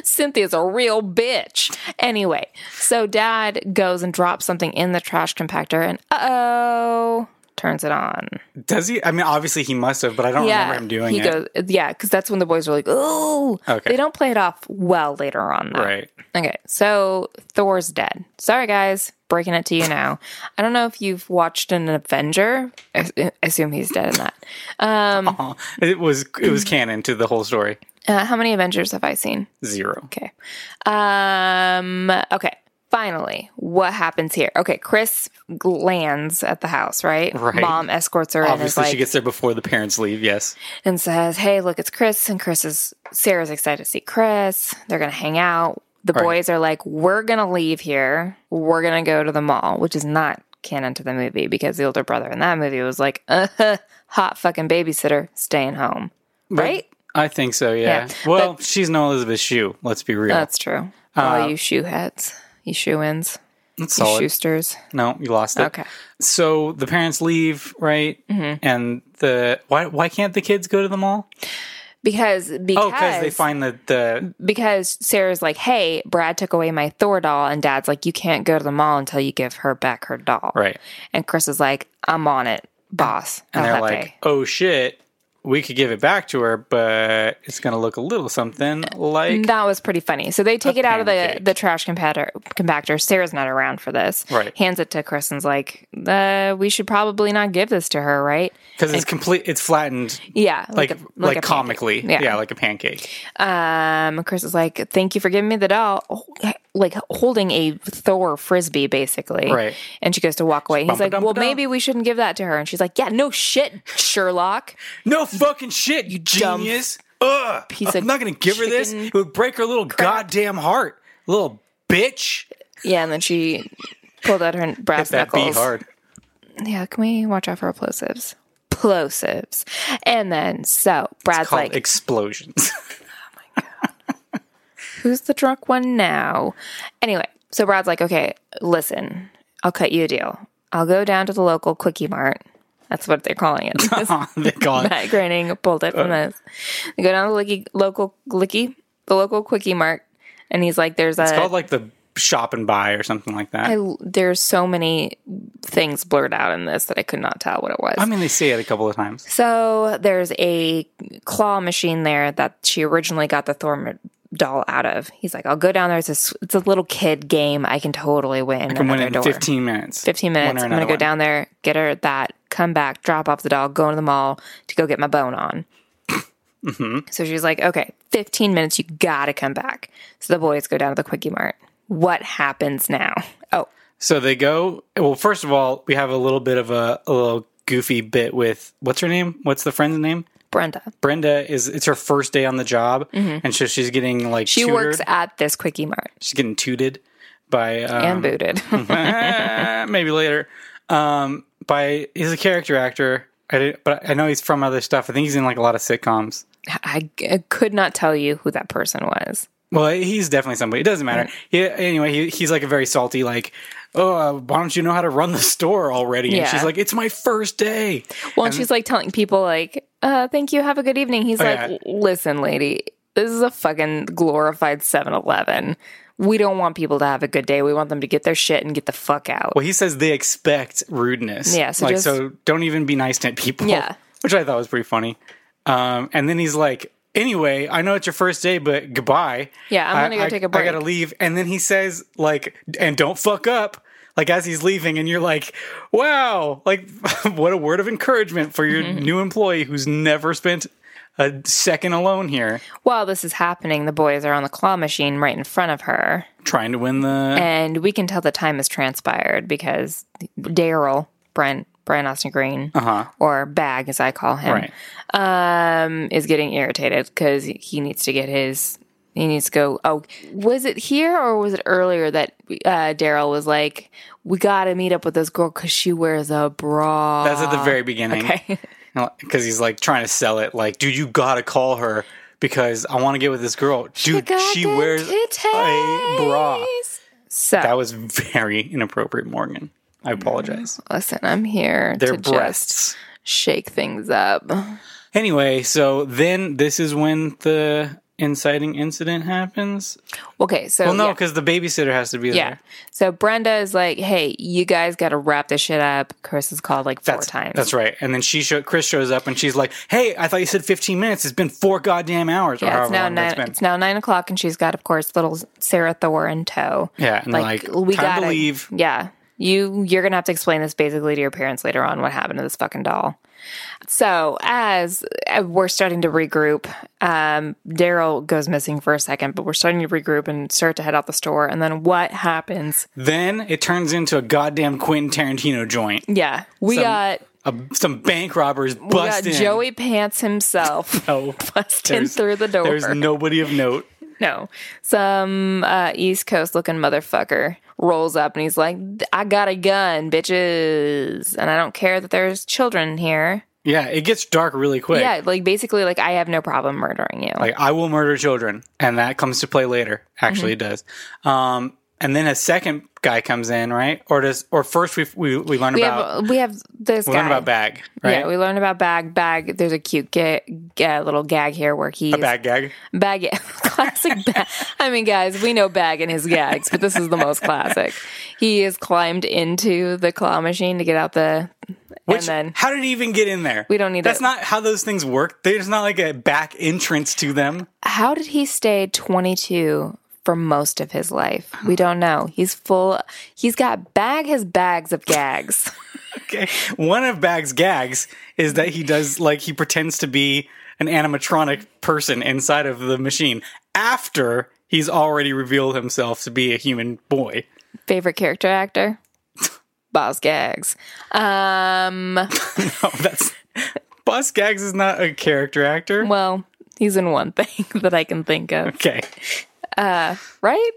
S1: Cynthia's a real bitch. Anyway, so dad goes and drops something in the trash compactor and uh oh, turns it on.
S2: Does he? I mean, obviously he must have, but I don't remember him doing
S1: he
S2: it.
S1: goes, yeah, because that's when the boys were like, oh,
S2: Okay.
S1: they don't play it off well later on, though.
S2: Right.
S1: Okay, so Thor's dead. Sorry, guys, breaking it to you now. I don't know if you've watched an Avenger. I I assume he's dead in that.
S2: Oh, it was it was canon to the whole story.
S1: Uh, how many Avengers have I seen?
S2: Zero.
S1: Okay. Um okay. Finally, what happens here? Okay, Chris lands at the house, right?
S2: Right.
S1: Mom escorts her and is
S2: Obviously,
S1: like,
S2: she gets there before the parents leave. Yes,
S1: and says, "Hey, look, it's Chris." And Chris is Sarah's excited to see Chris. They're gonna hang out. The
S2: Right.
S1: boys are like, "We're gonna leave here. We're gonna go to the mall," which is not canon to the movie because the older brother in that movie was like, uh, "Hot fucking babysitter, staying home." Right?
S2: I think so.
S1: Yeah,
S2: Yeah. Well, she's no Elizabeth Shue. Let's be real.
S1: That's true.
S2: Uh,
S1: All you shoe heads, you shoe ins,
S2: That's
S1: you
S2: solid.
S1: shoesters.
S2: No, you lost it.
S1: Okay. Mm-hmm.
S2: So the parents leave, right? And the why why can't the kids go to the mall?
S1: Because because
S2: Oh, because they find that the
S1: because Sarah's like, hey, Brad took away my Thor doll, and Dad's like, you can't go to the mall until you give her back her doll.
S2: right,
S1: And Chris is like, I'm on it, boss. How's
S2: and they're
S1: that
S2: like,
S1: pay?
S2: oh shit. We could give it back to her, but it's gonna look a little something like
S1: That was pretty funny. So they take it out of the,
S2: pancake.
S1: the trash compactor, compactor. Sarah's not around for this.
S2: Right.
S1: Hands it to Chris and's like, uh, we should probably not give this to her, right?
S2: because it's complete, it's flattened
S1: Yeah.
S2: like
S1: a-
S2: like,
S1: a pancake.
S2: comically,
S1: Yeah.
S2: yeah, like a pancake.
S1: Um, Chris is like, "Thank you for giving me the doll," Oh, like holding a Thor frisbee, basically.
S2: Right.
S1: And she goes to walk away. He's like,
S2: Bumpa-dumpa-dump.
S1: "Well, maybe we shouldn't give that to her." And she's like, "Yeah, no shit, Sherlock."
S2: No fucking shit, you
S1: dumb
S2: genius. Ugh,
S1: Piece
S2: I'm
S1: of
S2: not going to give her this.
S1: chicken
S2: It would break her little goddamn heart, little bitch.
S1: Yeah, and then she pulled out her brass
S2: That be
S1: knuckles.
S2: hard.
S1: Yeah, can we watch out for plosives? Plosives. And then so Brad's
S2: Called
S1: like,
S2: explosions.
S1: who's the drunk one now? Anyway, so Brad's like, okay, listen, I'll cut you a deal. I'll go down to the local quickie mart. That's what they're calling it.
S2: they call it.
S1: Matt Groening
S2: Uh.
S1: pulled it from this. They go down to the licky, local licky, the local quickie mart, and he's like, "There's
S2: It's
S1: a
S2: called like the shop and buy or something like that. I,
S1: I- there's so many things blurred out in this that I could not tell what it was."
S2: mean, they say it a couple of times.
S1: So there's a claw machine there that she originally got the Thor doll out of. He's like, I'll go down there. It's a, s- it's a little kid game. I can totally win.
S2: Can win
S1: another
S2: in
S1: door.
S2: 15 minutes.
S1: 15 minutes.
S2: Win her
S1: I'm going to
S2: another
S1: go
S2: one.
S1: down there, get her that, come back, drop off the doll, go into the mall to go get my bone on.
S2: Mm-hmm.
S1: So she's like, okay, 15 minutes. You got to come back. So the boys go down to the Quickie Mart. What happens now? Oh,
S2: So they go. Well, first of all, we have a little bit of a, a little goofy bit with what's her name? What's the friend's name?
S1: Brenda.
S2: Brenda is. It's her first day on the job, and so she's getting like
S1: Mm-hmm. She
S2: tutored.
S1: works at this Quickie Mart
S2: She's getting tooted by um,
S1: and booted.
S2: eh, maybe later. Um, by he's a character actor. I did, but I know he's from other stuff. I think he's in like a lot of sitcoms.
S1: I, I could not tell you who that person was.
S2: Well, he's definitely somebody. It doesn't matter. Yeah. Anyway, he, he's like a very salty. Like, oh, uh, why don't you know how to run the store already? And
S1: Yeah.
S2: she's like, it's my first day.
S1: Well, and she's like telling people like, uh, "Thank you, have a good evening." He's like,
S2: Oh, yeah.
S1: "Listen, lady, this is a fucking glorified 7-Eleven. We don't want people to have a good day. We want them to get their shit and get the fuck out."
S2: Well, he says they expect rudeness.
S1: Yeah, so
S2: like
S1: just-
S2: so, don't even be nice to people.
S1: Yeah.
S2: which I thought was pretty funny. Um, and then he's like, "Anyway, I know it's your first day, but goodbye."
S1: Yeah, I'm
S2: I-
S1: gonna go
S2: I-
S1: take a
S2: I
S1: break.
S2: gotta leave. And then he says, "Like, and don't fuck up." Like as he's leaving, and you're like, "Wow!" Like, what a word of encouragement for
S1: Mm-hmm.
S2: your new employee who's never spent a second alone here
S1: While this is happening, the boys are on the claw machine right in front of her,
S2: trying to win the.
S1: and we can tell the time has transpired because Daryl Brent Brian Austin Green, or Bag as I call him,
S2: Uh-huh. Right.
S1: um, is getting irritated because he needs to get his. He needs to go. Oh, was it here or was it earlier that uh, Daryl was like, "We got to meet up with this girl because she wears a bra."
S2: That's at the very beginning.
S1: Uh, okay.
S2: because he's like trying to sell it. Like, dude, you gotta call her because I want to get with this girl. Dude,
S1: got
S2: she
S1: them
S2: wears a
S1: titties.
S2: bra.
S1: So
S2: That was very inappropriate, Morgan. I apologize.
S1: listen, I'm here
S2: Their
S1: Mm, to just
S2: breasts.
S1: shake things up.
S2: Anyway, so then this is when the inciting incident happens.
S1: Okay, so
S2: Well, no,
S1: Oh, yeah.
S2: because the babysitter has to be
S1: Yeah.
S2: there.
S1: So Brenda is like, "Hey, you guys got to wrap this shit up." Chris has called like four
S2: That's,
S1: times.
S2: That's right. And then she show, Chris shows up and she's like, "Hey, I thought you said 15 minutes. It's been four goddamn hours." or
S1: Yeah, it's
S2: however
S1: now
S2: long
S1: nine.
S2: that's been.
S1: It's now nine o'clock, and she's got, of course, little Sarah Thor in tow.
S2: Yeah, and they're like, "Time to
S1: gotta-
S2: leave."
S1: Yeah, you you're gonna have to explain this basically to your parents later on what happened to this fucking doll. So as uh, we're starting to regroup, um, Daryl goes missing for a second, but we're starting to regroup and start to head out the store. And then what happens?
S2: Then it turns into a goddamn Quentin Tarantino joint.
S1: Yeah, we
S2: Some-
S1: got
S2: a, some bank robbers
S1: we got
S2: bust in.
S1: Joey Pants himself.
S2: oh,
S1: Bust in
S2: there's-
S1: through the door.
S2: There's nobody of note.
S1: No, some uh, East Coast looking motherfucker rolls up and he's like, "I got a gun, bitches, and I don't care that there's children here."
S2: Yeah, it gets dark really quick.
S1: yeah, like basically, like I have no problem murdering you.
S2: Like I will murder children, and that comes to play later. Actually,
S1: Mm-hmm.
S2: it does. Um, and then a second guy comes in, right? Or does or first we we, we learn
S1: we
S2: about
S1: have we have this
S2: we
S1: guy.
S2: learn about bag, right?
S1: Yeah, we learn about bag. Bag. There's a cute ga- ga- little gag here where he's
S2: a bag gag.
S1: Bag, classic bag. I mean, guys, we know Bag and his gags, but this is the most classic. He has climbed into the claw machine to get out the.
S2: Which,
S1: and then
S2: how did he even get in there?
S1: We don't need
S2: That's
S1: to-
S2: not how those things work. There's not like a back entrance to them.
S1: how did he stay 22 for most of his life? We don't know. He's full. He's got bag his bags of gags.
S2: Okay. One of Bag's gags is that he does like he pretends to be an animatronic person inside of the machine after he's already revealed himself to be a human boy.
S1: Favorite character actor? Boss gags. Um,
S2: Oh, No, that's Bus Gags is not a character actor.
S1: well, He's in one thing that I can think of,
S2: Okay.
S1: right?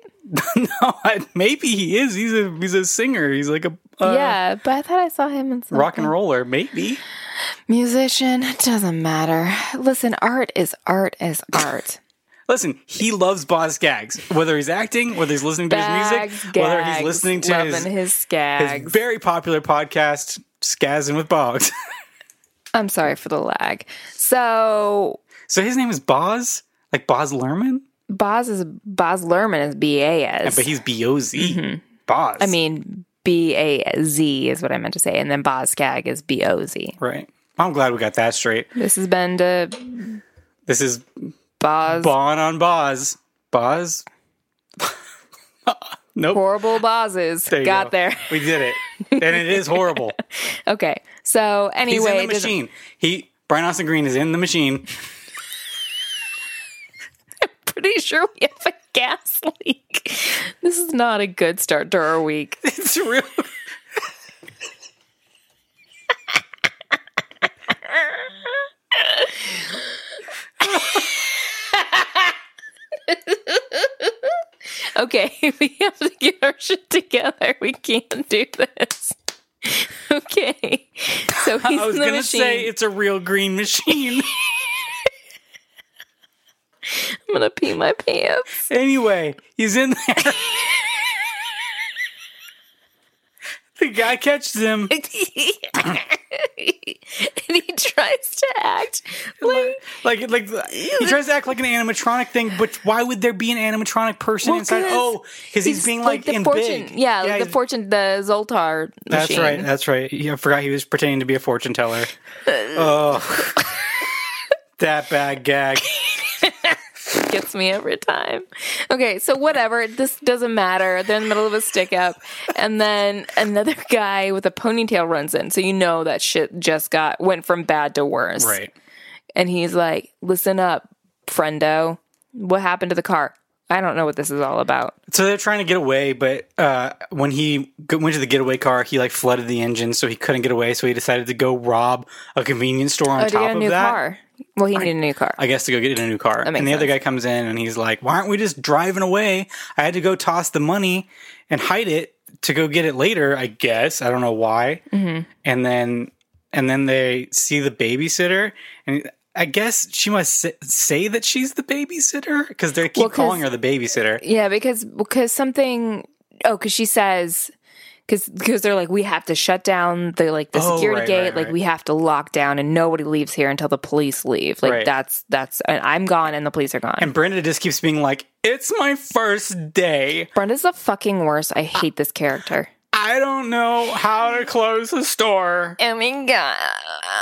S2: no, I, maybe he is. He's a he's a singer. He's like a uh,
S1: yeah, but I thought I saw him in some
S2: rock and roller. Maybe.
S1: musician. It doesn't matter. Listen, art is art is art.
S2: Listen, he loves Boz Gags. Whether he's acting, whether he's listening to his music, whether he's
S1: gags,
S2: listening to
S1: loving
S2: his, his
S1: his skags.
S2: very popular podcast, Scazzing with Boggs.
S1: I'm sorry for the lag. So
S2: so his name is Boz, like Boz Lerman,
S1: Boz is Boz Lerman is B A S.
S2: but he's B O Z. Boz.
S1: Mm-hmm. I mean B A Z is what I meant to say, and then Boz Skag is B O Z.
S2: right. I'm glad we got that straight.
S1: This has been to
S2: This is
S1: Boz
S2: Bon on Boz. Boz. nope.
S1: horrible Bozes.
S2: There you
S1: Got
S2: go.
S1: there.
S2: We did it, and it is horrible.
S1: Okay. So
S2: He's
S1: anyway,
S2: in
S1: it
S2: the
S1: doesn't-
S2: machine. He Brian Austin Green is in the machine.
S1: pretty sure we have a gas leak. This is not a good start to our week.
S2: It's real.
S1: Okay, we have to get our shit together. We can't do this. Okay. So he's
S2: I was
S1: in the
S2: gonna
S1: machine.
S2: say it's a real green machine.
S1: I'm gonna pee my pants.
S2: anyway, he's in there. the guy catches him.
S1: and he tries to act like
S2: Like, like he tries to act like an animatronic thing, but why would there be an animatronic person
S1: Well,
S2: inside?
S1: 'cause
S2: Oh, because he's, being like, in
S1: fortune.
S2: big.
S1: Yeah, like the
S2: he's-
S1: fortune, the Zoltar
S2: That's
S1: machine.
S2: right. That's right. Yeah, I forgot he was pretending to be a fortune teller. oh, that bad gag.
S1: gets me every time. Okay, so whatever, this doesn't matter. They're in the middle of a stick up, and then another guy with a ponytail runs in. So you know that shit just got went from bad to worse.
S2: Right.
S1: And he's like, "Listen up, friendo. What happened to the car? I don't know what this is all about."
S2: So they're trying to get away, but uh, when he go- went to the getaway car, he like flooded the engine, so he couldn't get away. So he decided to go rob a convenience store on
S1: Oh, to
S2: top
S1: get
S2: of
S1: a new
S2: that.
S1: car. Well, he needed a new car.
S2: I guess to go get a new car.
S1: makes
S2: And the other
S1: sense.
S2: guy comes in and he's like, "Why aren't we just driving away? I had to go toss the money and hide it to go get it later. I guess I don't know why."
S1: Mm-hmm.
S2: And then and then they see the babysitter and. I guess she must s- say that she's the babysitter because they keep
S1: Well, 'cause-
S2: calling her the babysitter.
S1: yeah, because because something. Oh, because she says. Because they're like we have to shut down the like the
S2: Oh,
S1: security
S2: right,
S1: gate
S2: right,
S1: like
S2: right.
S1: we have to lock down and nobody leaves here until the police leave like
S2: Right.
S1: that's that's and I'm gone and the police are gone
S2: And Brenda just keeps being like, It's my first day.
S1: Brenda's the fucking worst I hate this character
S2: I don't know how to close the store.
S1: oh my god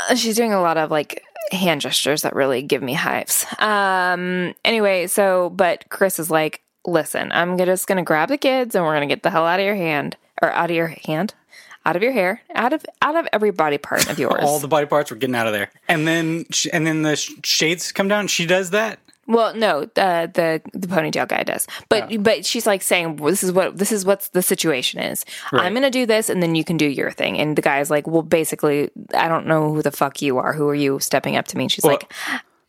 S1: uh, she's doing a lot of like hand gestures that really give me hives um anyway so but Chris is like listen I'm gonna- just gonna grab the kids and we're gonna get the hell out of your hand or out of your hand out of your hair out of out of every body part of yours
S2: All the body parts were getting out of there. And then sh- and then the sh- shades come down. She does that.
S1: Well, no, uh, the the ponytail guy does, but
S2: Oh.
S1: but she's like saying, well, "This is what this is what the situation is. I'm going to do this, and then you can do your thing." And the guy's like, "Well, basically, I don't know who the fuck you are. Who are you stepping up to me?" And she's like,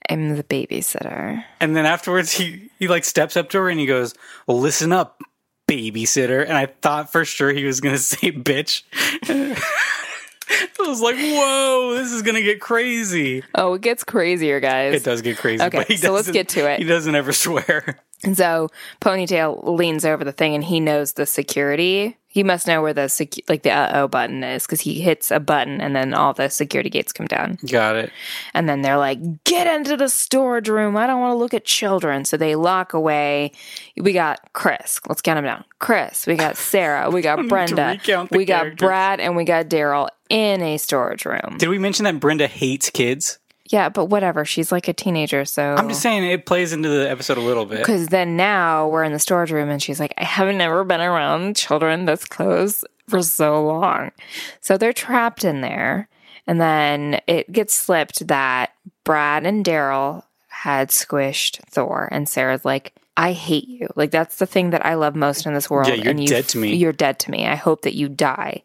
S1: "I'm the babysitter."
S2: And then afterwards he he like steps up to her and he goes, well, "Listen up, babysitter." And I thought for sure he was going to say bitch. I was like, "Whoa, this is going to get crazy."
S1: Oh, it gets crazier, guys.
S2: It does get crazy.
S1: Okay,
S2: but he
S1: so let's
S2: doesn't-
S1: get to it.
S2: He doesn't ever swear.
S1: And so ponytail leans over the thing, and he knows the security. He must know where the secu- like the uh oh button is because he hits a button, and then all the security gates come down.
S2: Got it.
S1: And then they're like, get into the storage room. I don't want to look at children. So they lock away. We got Chris. Let's count them down. Chris. We got Sarah. We got Brenda.
S2: recount the
S1: We got
S2: characters.
S1: Brad and we got Daryl in a storage room.
S2: Did we mention that Brenda hates kids?
S1: Yeah, but whatever. She's like a teenager. So.
S2: I'm just saying it plays into the episode a little bit.
S1: Because then now we're in the storage room and she's like, I have never been around children this close for so long. So they're trapped in there. And then it gets slipped that Brad and Daryl had squished Thor. And Sarah's like, I hate you. Like, that's the thing that I love most in this world.
S2: Yeah, you're
S1: and you-
S2: dead to me.
S1: You're dead to me. I hope that you die.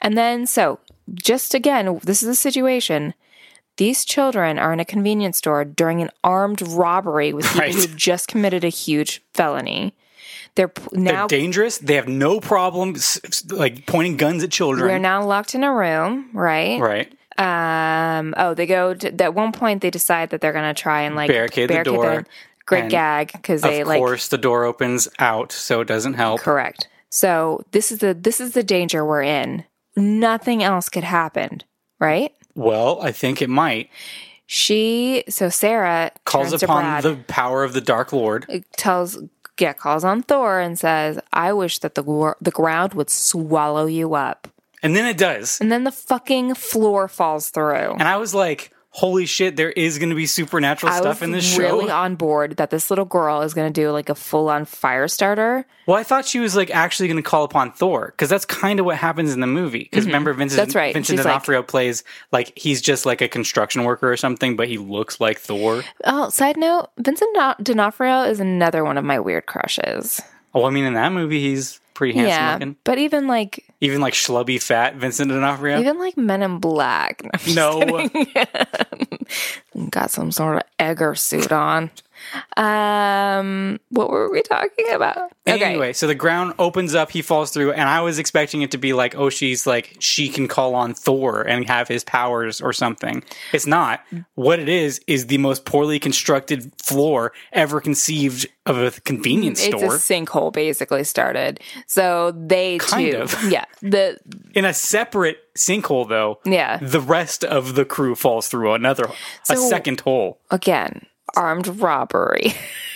S1: And then, so just again, this is the situation. These children are in a convenience store during an armed robbery with people
S2: Right.
S1: who've just committed a huge felony. They're p- now
S2: They're dangerous. They have no problem s- s- like pointing guns at children.
S1: they're now locked in a room, right?
S2: right.
S1: Um. Oh, they go. To, at one point, they decide that they're gonna try and like
S2: Barricade the door.
S1: in. Great
S2: And
S1: gag because they
S2: of
S1: like
S2: course, the door opens out, so it doesn't help.
S1: correct. So this is the this is the danger we're in. Nothing else could happen, right?
S2: Well, I think it might.
S1: She so Sarah
S2: Calls
S1: turns to
S2: upon
S1: Brad,
S2: the power of the Dark Lord.
S1: tells yeah calls on Thor and says, "I wish that the gr- the ground would swallow you up."
S2: And then it does.
S1: And then the fucking floor falls through.
S2: And I was like, holy shit, there is going to be supernatural
S1: I
S2: stuff
S1: was
S2: in this
S1: really
S2: show.
S1: on board that this little girl is going to do like a full on fire starter.
S2: Well, I thought she was like actually going to call upon Thor because that's kind of what happens in the movie. Because remember, Vincent,
S1: Mm-hmm. That's right.
S2: Vincent
S1: She's like-
S2: D'Onofrio plays like he's just like a construction worker or something, but he looks like Thor.
S1: Oh, side note: Vincent D'O- D'Onofrio is another one of my weird crushes.
S2: Well, Oh, I mean, in that movie, he's pretty handsome
S1: yeah,
S2: looking.
S1: but even like
S2: Even like schlubby fat Vincent D'Onofrio.
S1: even like Men in Black No, I'm just
S2: no,
S1: kidding. got some sort of Egger suit on. um, what were we talking about?
S2: Anyway, so the ground opens up, he falls through, and I was expecting it to be like, oh, she's like, she can call on Thor and have his powers or something. It's not. What it is, is the most poorly constructed floor ever conceived of a convenience
S1: It's
S2: store
S1: a sinkhole basically started. So they
S2: Kind
S1: too.
S2: of.
S1: Yeah. The
S2: in a separate sinkhole, though.
S1: Yeah.
S2: The rest of the crew falls through another, a
S1: So-
S2: second hole.
S1: again, armed robbery,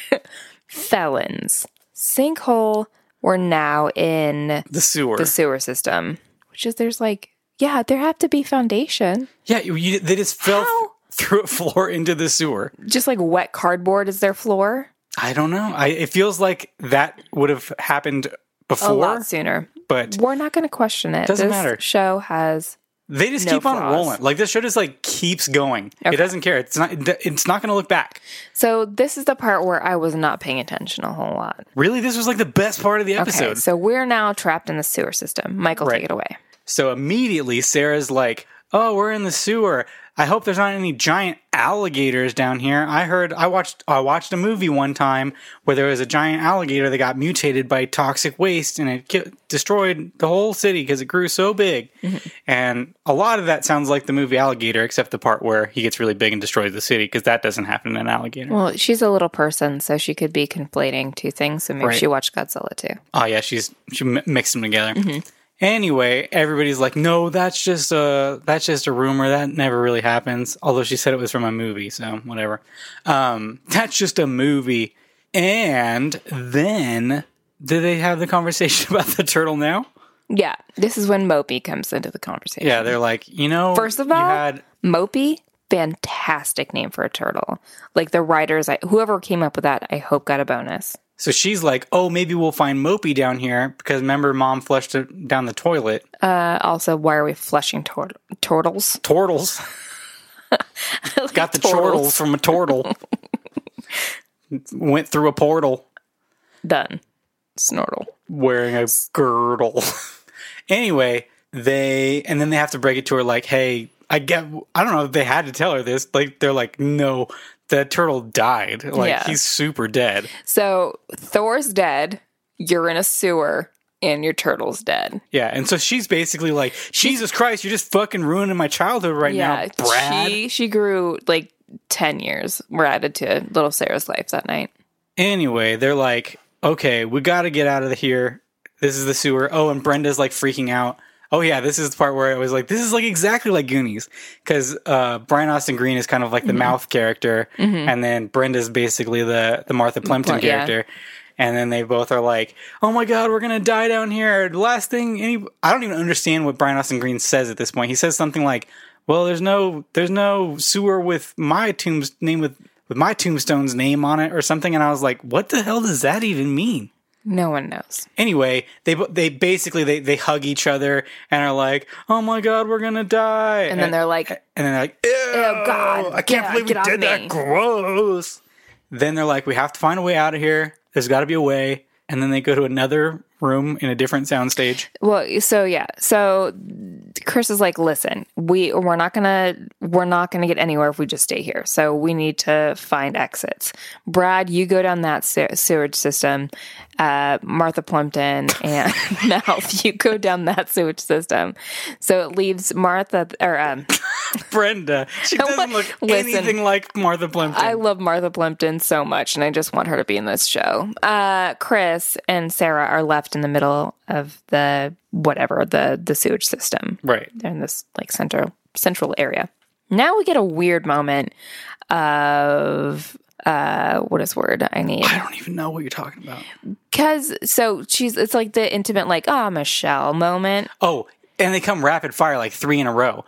S1: felons, sinkhole. We're now in
S2: The sewer.
S1: the sewer system, which is there's like, yeah, there have to be foundation.
S2: yeah, you- you, they just fell
S1: How?
S2: through a floor into the sewer.
S1: Just like wet cardboard is their floor
S2: I don't know. I, it feels like that would have happened
S1: a lot
S2: before,
S1: sooner.
S2: but
S1: We're not going to question it.
S2: Doesn't
S1: this
S2: matter.
S1: show has
S2: They just
S1: No
S2: keep on
S1: flaws.
S2: rolling. Like this show just like keeps going.
S1: Okay.
S2: It doesn't care. It's not. It's not going to look back.
S1: so this is the part where I was not paying attention a whole lot.
S2: Really, this was like the best part of the
S1: Okay,
S2: episode. so-,
S1: so we're now trapped in the sewer system. Michael,
S2: Right.
S1: take it away.
S2: immediately Sarah's like, "Oh, we're in the sewer. I hope there's not any giant alligators down here. I heard. I watched. I watched a movie one time where there was a giant alligator that got mutated by toxic waste and it ki- destroyed the whole city because it grew so big.
S1: Mm-hmm.
S2: And a lot of that sounds like the movie Alligator, except the part where he gets really big and destroys the city because that doesn't happen in an alligator.
S1: Well, she's a little person, so she could be conflating two things. So maybe
S2: Right.
S1: she watched Godzilla too.
S2: Oh yeah, she's she mi- mixed them together.
S1: Mm-hmm.
S2: Anyway, everybody's like, "No, that's just a that's just a rumor. That never really happens." Although she said it was from a movie, so whatever. Um, that's just a movie. And then, do they have the conversation about the turtle now?
S1: Yeah, this is when Mopey comes into the conversation.
S2: Yeah, they're like, you know,
S1: First of
S2: you
S1: all-
S2: had
S1: Mopey, fantastic name for a turtle. Like the writers, I, whoever came up with that, I hope got a bonus.
S2: so she's like, "Oh, maybe we'll find Mopey down here because remember, Mom flushed it down the toilet."
S1: Uh, also, why are we flushing tor- turtles?
S2: Tortles. Got the chortles from a turtle. Went through a portal
S1: Done. Snortle.
S2: wearing a girdle. anyway, they and then they have to break it to her like, "Hey, I get I don't know if they had to tell her this. Like they're like, "No, the turtle died. Like
S1: Yeah.
S2: he's super dead."
S1: So Thor's dead. You're in a sewer, and your turtle's dead.
S2: Yeah, and so she's basically like, "Jesus Christ, you're just fucking ruining my childhood right now, Brad."
S1: she she grew like ten years. Were added to little Sarah's life that night.
S2: Anyway, they're like, okay, we got to get out of here. This is the sewer. Oh, and Brenda's like freaking out. Oh, yeah, this is the part where I was like, this is like exactly like Goonies. Because uh, Brian Austin Green is kind of
S1: Mm-hmm.
S2: like the mouth character. And then Brenda's basically the, the Martha Plimpton
S1: Pl- yeah.
S2: character. And then they both are like, oh my God, we're going to die down here. The Last thing, any, I don't even understand what Brian Austin Green says at this point. He says something like, well, there's no, there's no sewer with my tomb's name with, with my tombstone's name on it or something. And I was like, what the hell does that even mean?
S1: No one knows.
S2: Anyway, they, bo- they basically, they, they hug each other and are like, oh my God, we're going to die.
S1: And then they're like,
S2: and they're like, oh
S1: God,
S2: Eh, I can't
S1: yeah,
S2: believe we
S1: get off
S2: did
S1: me."
S2: that. Gross. Then they're like, we have to find a way out of here. There's got to be a way. And then they go to another room in a different soundstage.
S1: well, so yeah. So Chris is like, listen, we we're not gonna we're not going to get anywhere if we just stay here. So we need to find exits. Brad, you go down that se- sewage system. Uh, Martha Plumpton and Mouth, you go down that sewage system. So it leaves Martha, or um,
S2: Brenda. She doesn't look
S1: Listen.
S2: anything like Martha Plimpton.
S1: I love Martha Plimpton so much, and I just want her to be in this show. Uh, Chris and Sarah are left in the middle of the whatever the the sewage system.
S2: right.
S1: They're in this like center central area. Now we get a weird moment of uh, what is word I need
S2: I don't even know what you're talking about.
S1: because so she's it's like the intimate like ah Michelle moment.
S2: Oh, and they come rapid fire like three in a row.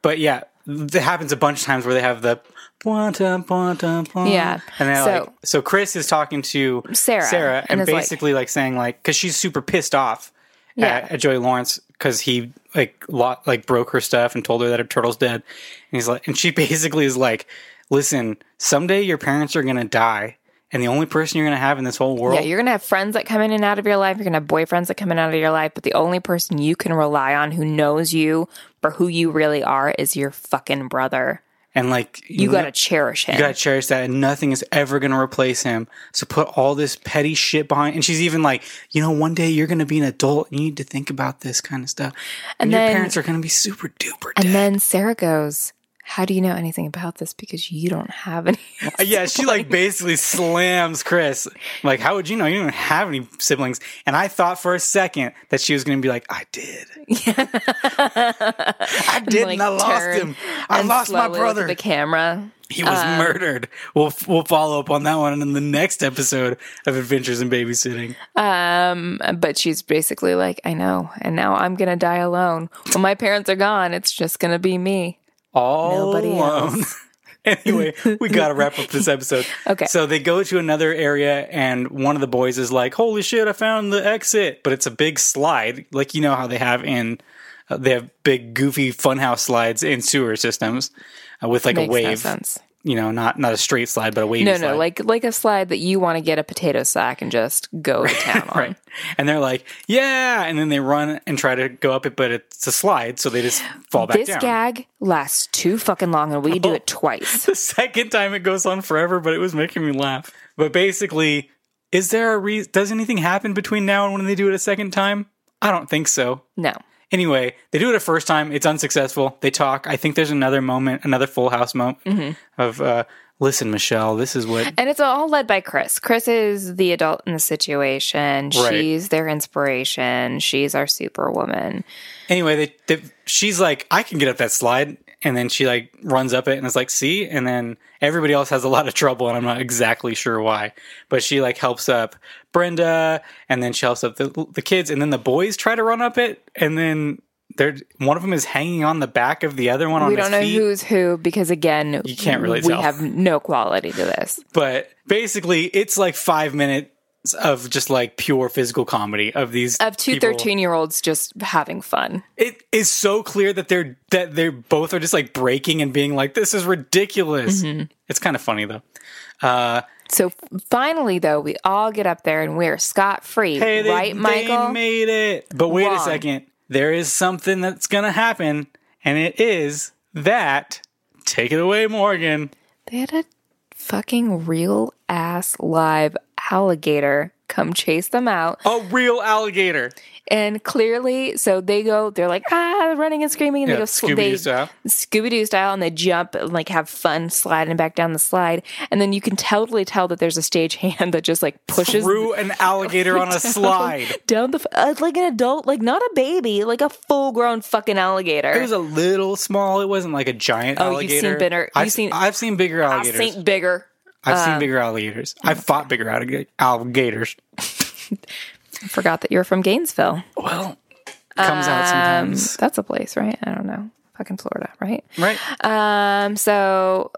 S2: But yeah, it happens a bunch of times where they have the. Bwanta, bwanta, bwanta.
S1: Yeah.
S2: and then
S1: So-
S2: like so Chris is talking to
S1: Sarah,
S2: Sarah,
S1: and
S2: and,
S1: is like-
S2: basically like, saying like because she's super pissed off
S1: Yeah.
S2: at, at Joey Lawrence because he like lo- like broke her stuff and told her that her turtle's dead, and he's like, and she basically is like, listen, someday your parents are gonna die, and the only person you're gonna have in this whole world
S1: Yeah, you're gonna have friends that come in and out of your life. You're gonna have boyfriends that come in and out of your life, but the only person you can rely on who knows you for who you really are is your fucking brother.
S2: and like
S1: You
S2: know-
S1: gotta cherish him.
S2: Mm-hmm. You gotta cherish that, and nothing is ever gonna replace him. So put all this petty shit behind. And she's even like, you know, one day you're gonna be an adult. And you need to think about this kind of stuff. And,
S1: then-
S2: your parents are gonna be super duper.
S1: and
S2: dead.
S1: then Sarah goes, How do you know anything about this? Because you don't have any
S2: Uh, yeah, she like basically slams Chris. Like, how would you know? You don't even have any siblings. And I thought for a second that she was gonna be like, I did. I did, and, I lost
S1: turn
S2: him. I
S1: and
S2: lost my
S1: slowly look at
S2: brother.
S1: The uh, camera.
S2: He was murdered. We'll we'll follow up on that one in the next episode of Adventures in Babysitting.
S1: But she's basically like, I know, and now I'm gonna die alone. When my parents are gone, it's just gonna be me.
S2: all
S1: Nobody
S2: alone. anyway, we got to wrap up this episode.
S1: Okay.
S2: So they go to another area, and one of the boys is like, "Holy shit, I found the exit!" But it's a big slide, like you know how they have in uh, they have big goofy funhouse slides in sewer systems uh, with like
S1: Makes
S2: a
S1: no
S2: wave.
S1: sense.
S2: You know, not not a straight slide, but a wavy
S1: No,
S2: slide.
S1: no, like like a slide that you want to get a potato sack and just go to town on.
S2: Right. And they're like, yeah. And then they run and try to go up it, but it's a slide. So they just fall back
S1: This
S2: down.
S1: gag lasts too fucking long, and we do it twice.
S2: the second time it goes on forever, but it was making me laugh. But basically, is there a re- does anything happen between now and when they do it a second time? I don't think so.
S1: No,
S2: Anyway, they do it a first time. It's unsuccessful. They talk. I think there's another moment, another Full House moment of uh, listen, Michelle, this is what
S1: and it's all led by Chris. Chris is the adult in the situation.
S2: Right.
S1: She's their inspiration. She's our superwoman.
S2: anyway, they, they she's like, I can get up that slide, and then she like runs up it and is like, see, and then everybody else has a lot of trouble, and I'm not exactly sure why, but she like helps up Brenda, and then she helps up the the kids, and then the boys try to run up it, and then they're one of them is hanging on the back of the other one on
S1: We
S2: his
S1: don't know
S2: feet.
S1: who's who because again, you
S2: can't really
S1: We
S2: tell.
S1: have no quality to this.
S2: but basically, it's like five minutes of just like pure physical comedy of these
S1: Of two
S2: people.
S1: 13 year olds just having fun.
S2: it is so clear that they're that they're both are just like breaking and being like this is ridiculous
S1: Mm-hmm.
S2: it's kind of funny though uh
S1: So f- finally, though, we all get up there and we're scot free,
S2: hey they,
S1: right,
S2: they
S1: Michael?
S2: made it but wait a
S1: Wrong.
S2: second there is something that's gonna happen and it is that take it away morgan
S1: They had a fucking real ass live alligator come chase them out.
S2: a real alligator
S1: And clearly, so they go, they're like, ah, running and screaming. And
S2: Yeah,
S1: they go,
S2: Scooby-Doo style.
S1: Scooby Doo style, and they jump and like have fun sliding back down the slide. And then you can totally tell that there's a stage hand that just like pushes
S2: threw an alligator on a slide
S1: down the, f- uh, like an adult, like not a baby, like a full grown fucking alligator.
S2: it was a little small it wasn't like a giant
S1: Oh, you've
S2: alligator
S1: seen bigger-
S2: I've,
S1: you've seen- uh,
S2: I've seen bigger
S1: I
S2: alligators
S1: think bigger.
S2: I've seen bigger alligators. I've fought bigger allig- alligators.
S1: I forgot that you were from Gainesville.
S2: Well, comes
S1: Um,
S2: out sometimes,
S1: That's a place, right? I don't know. Fucking Florida, right?
S2: right?
S1: Um, so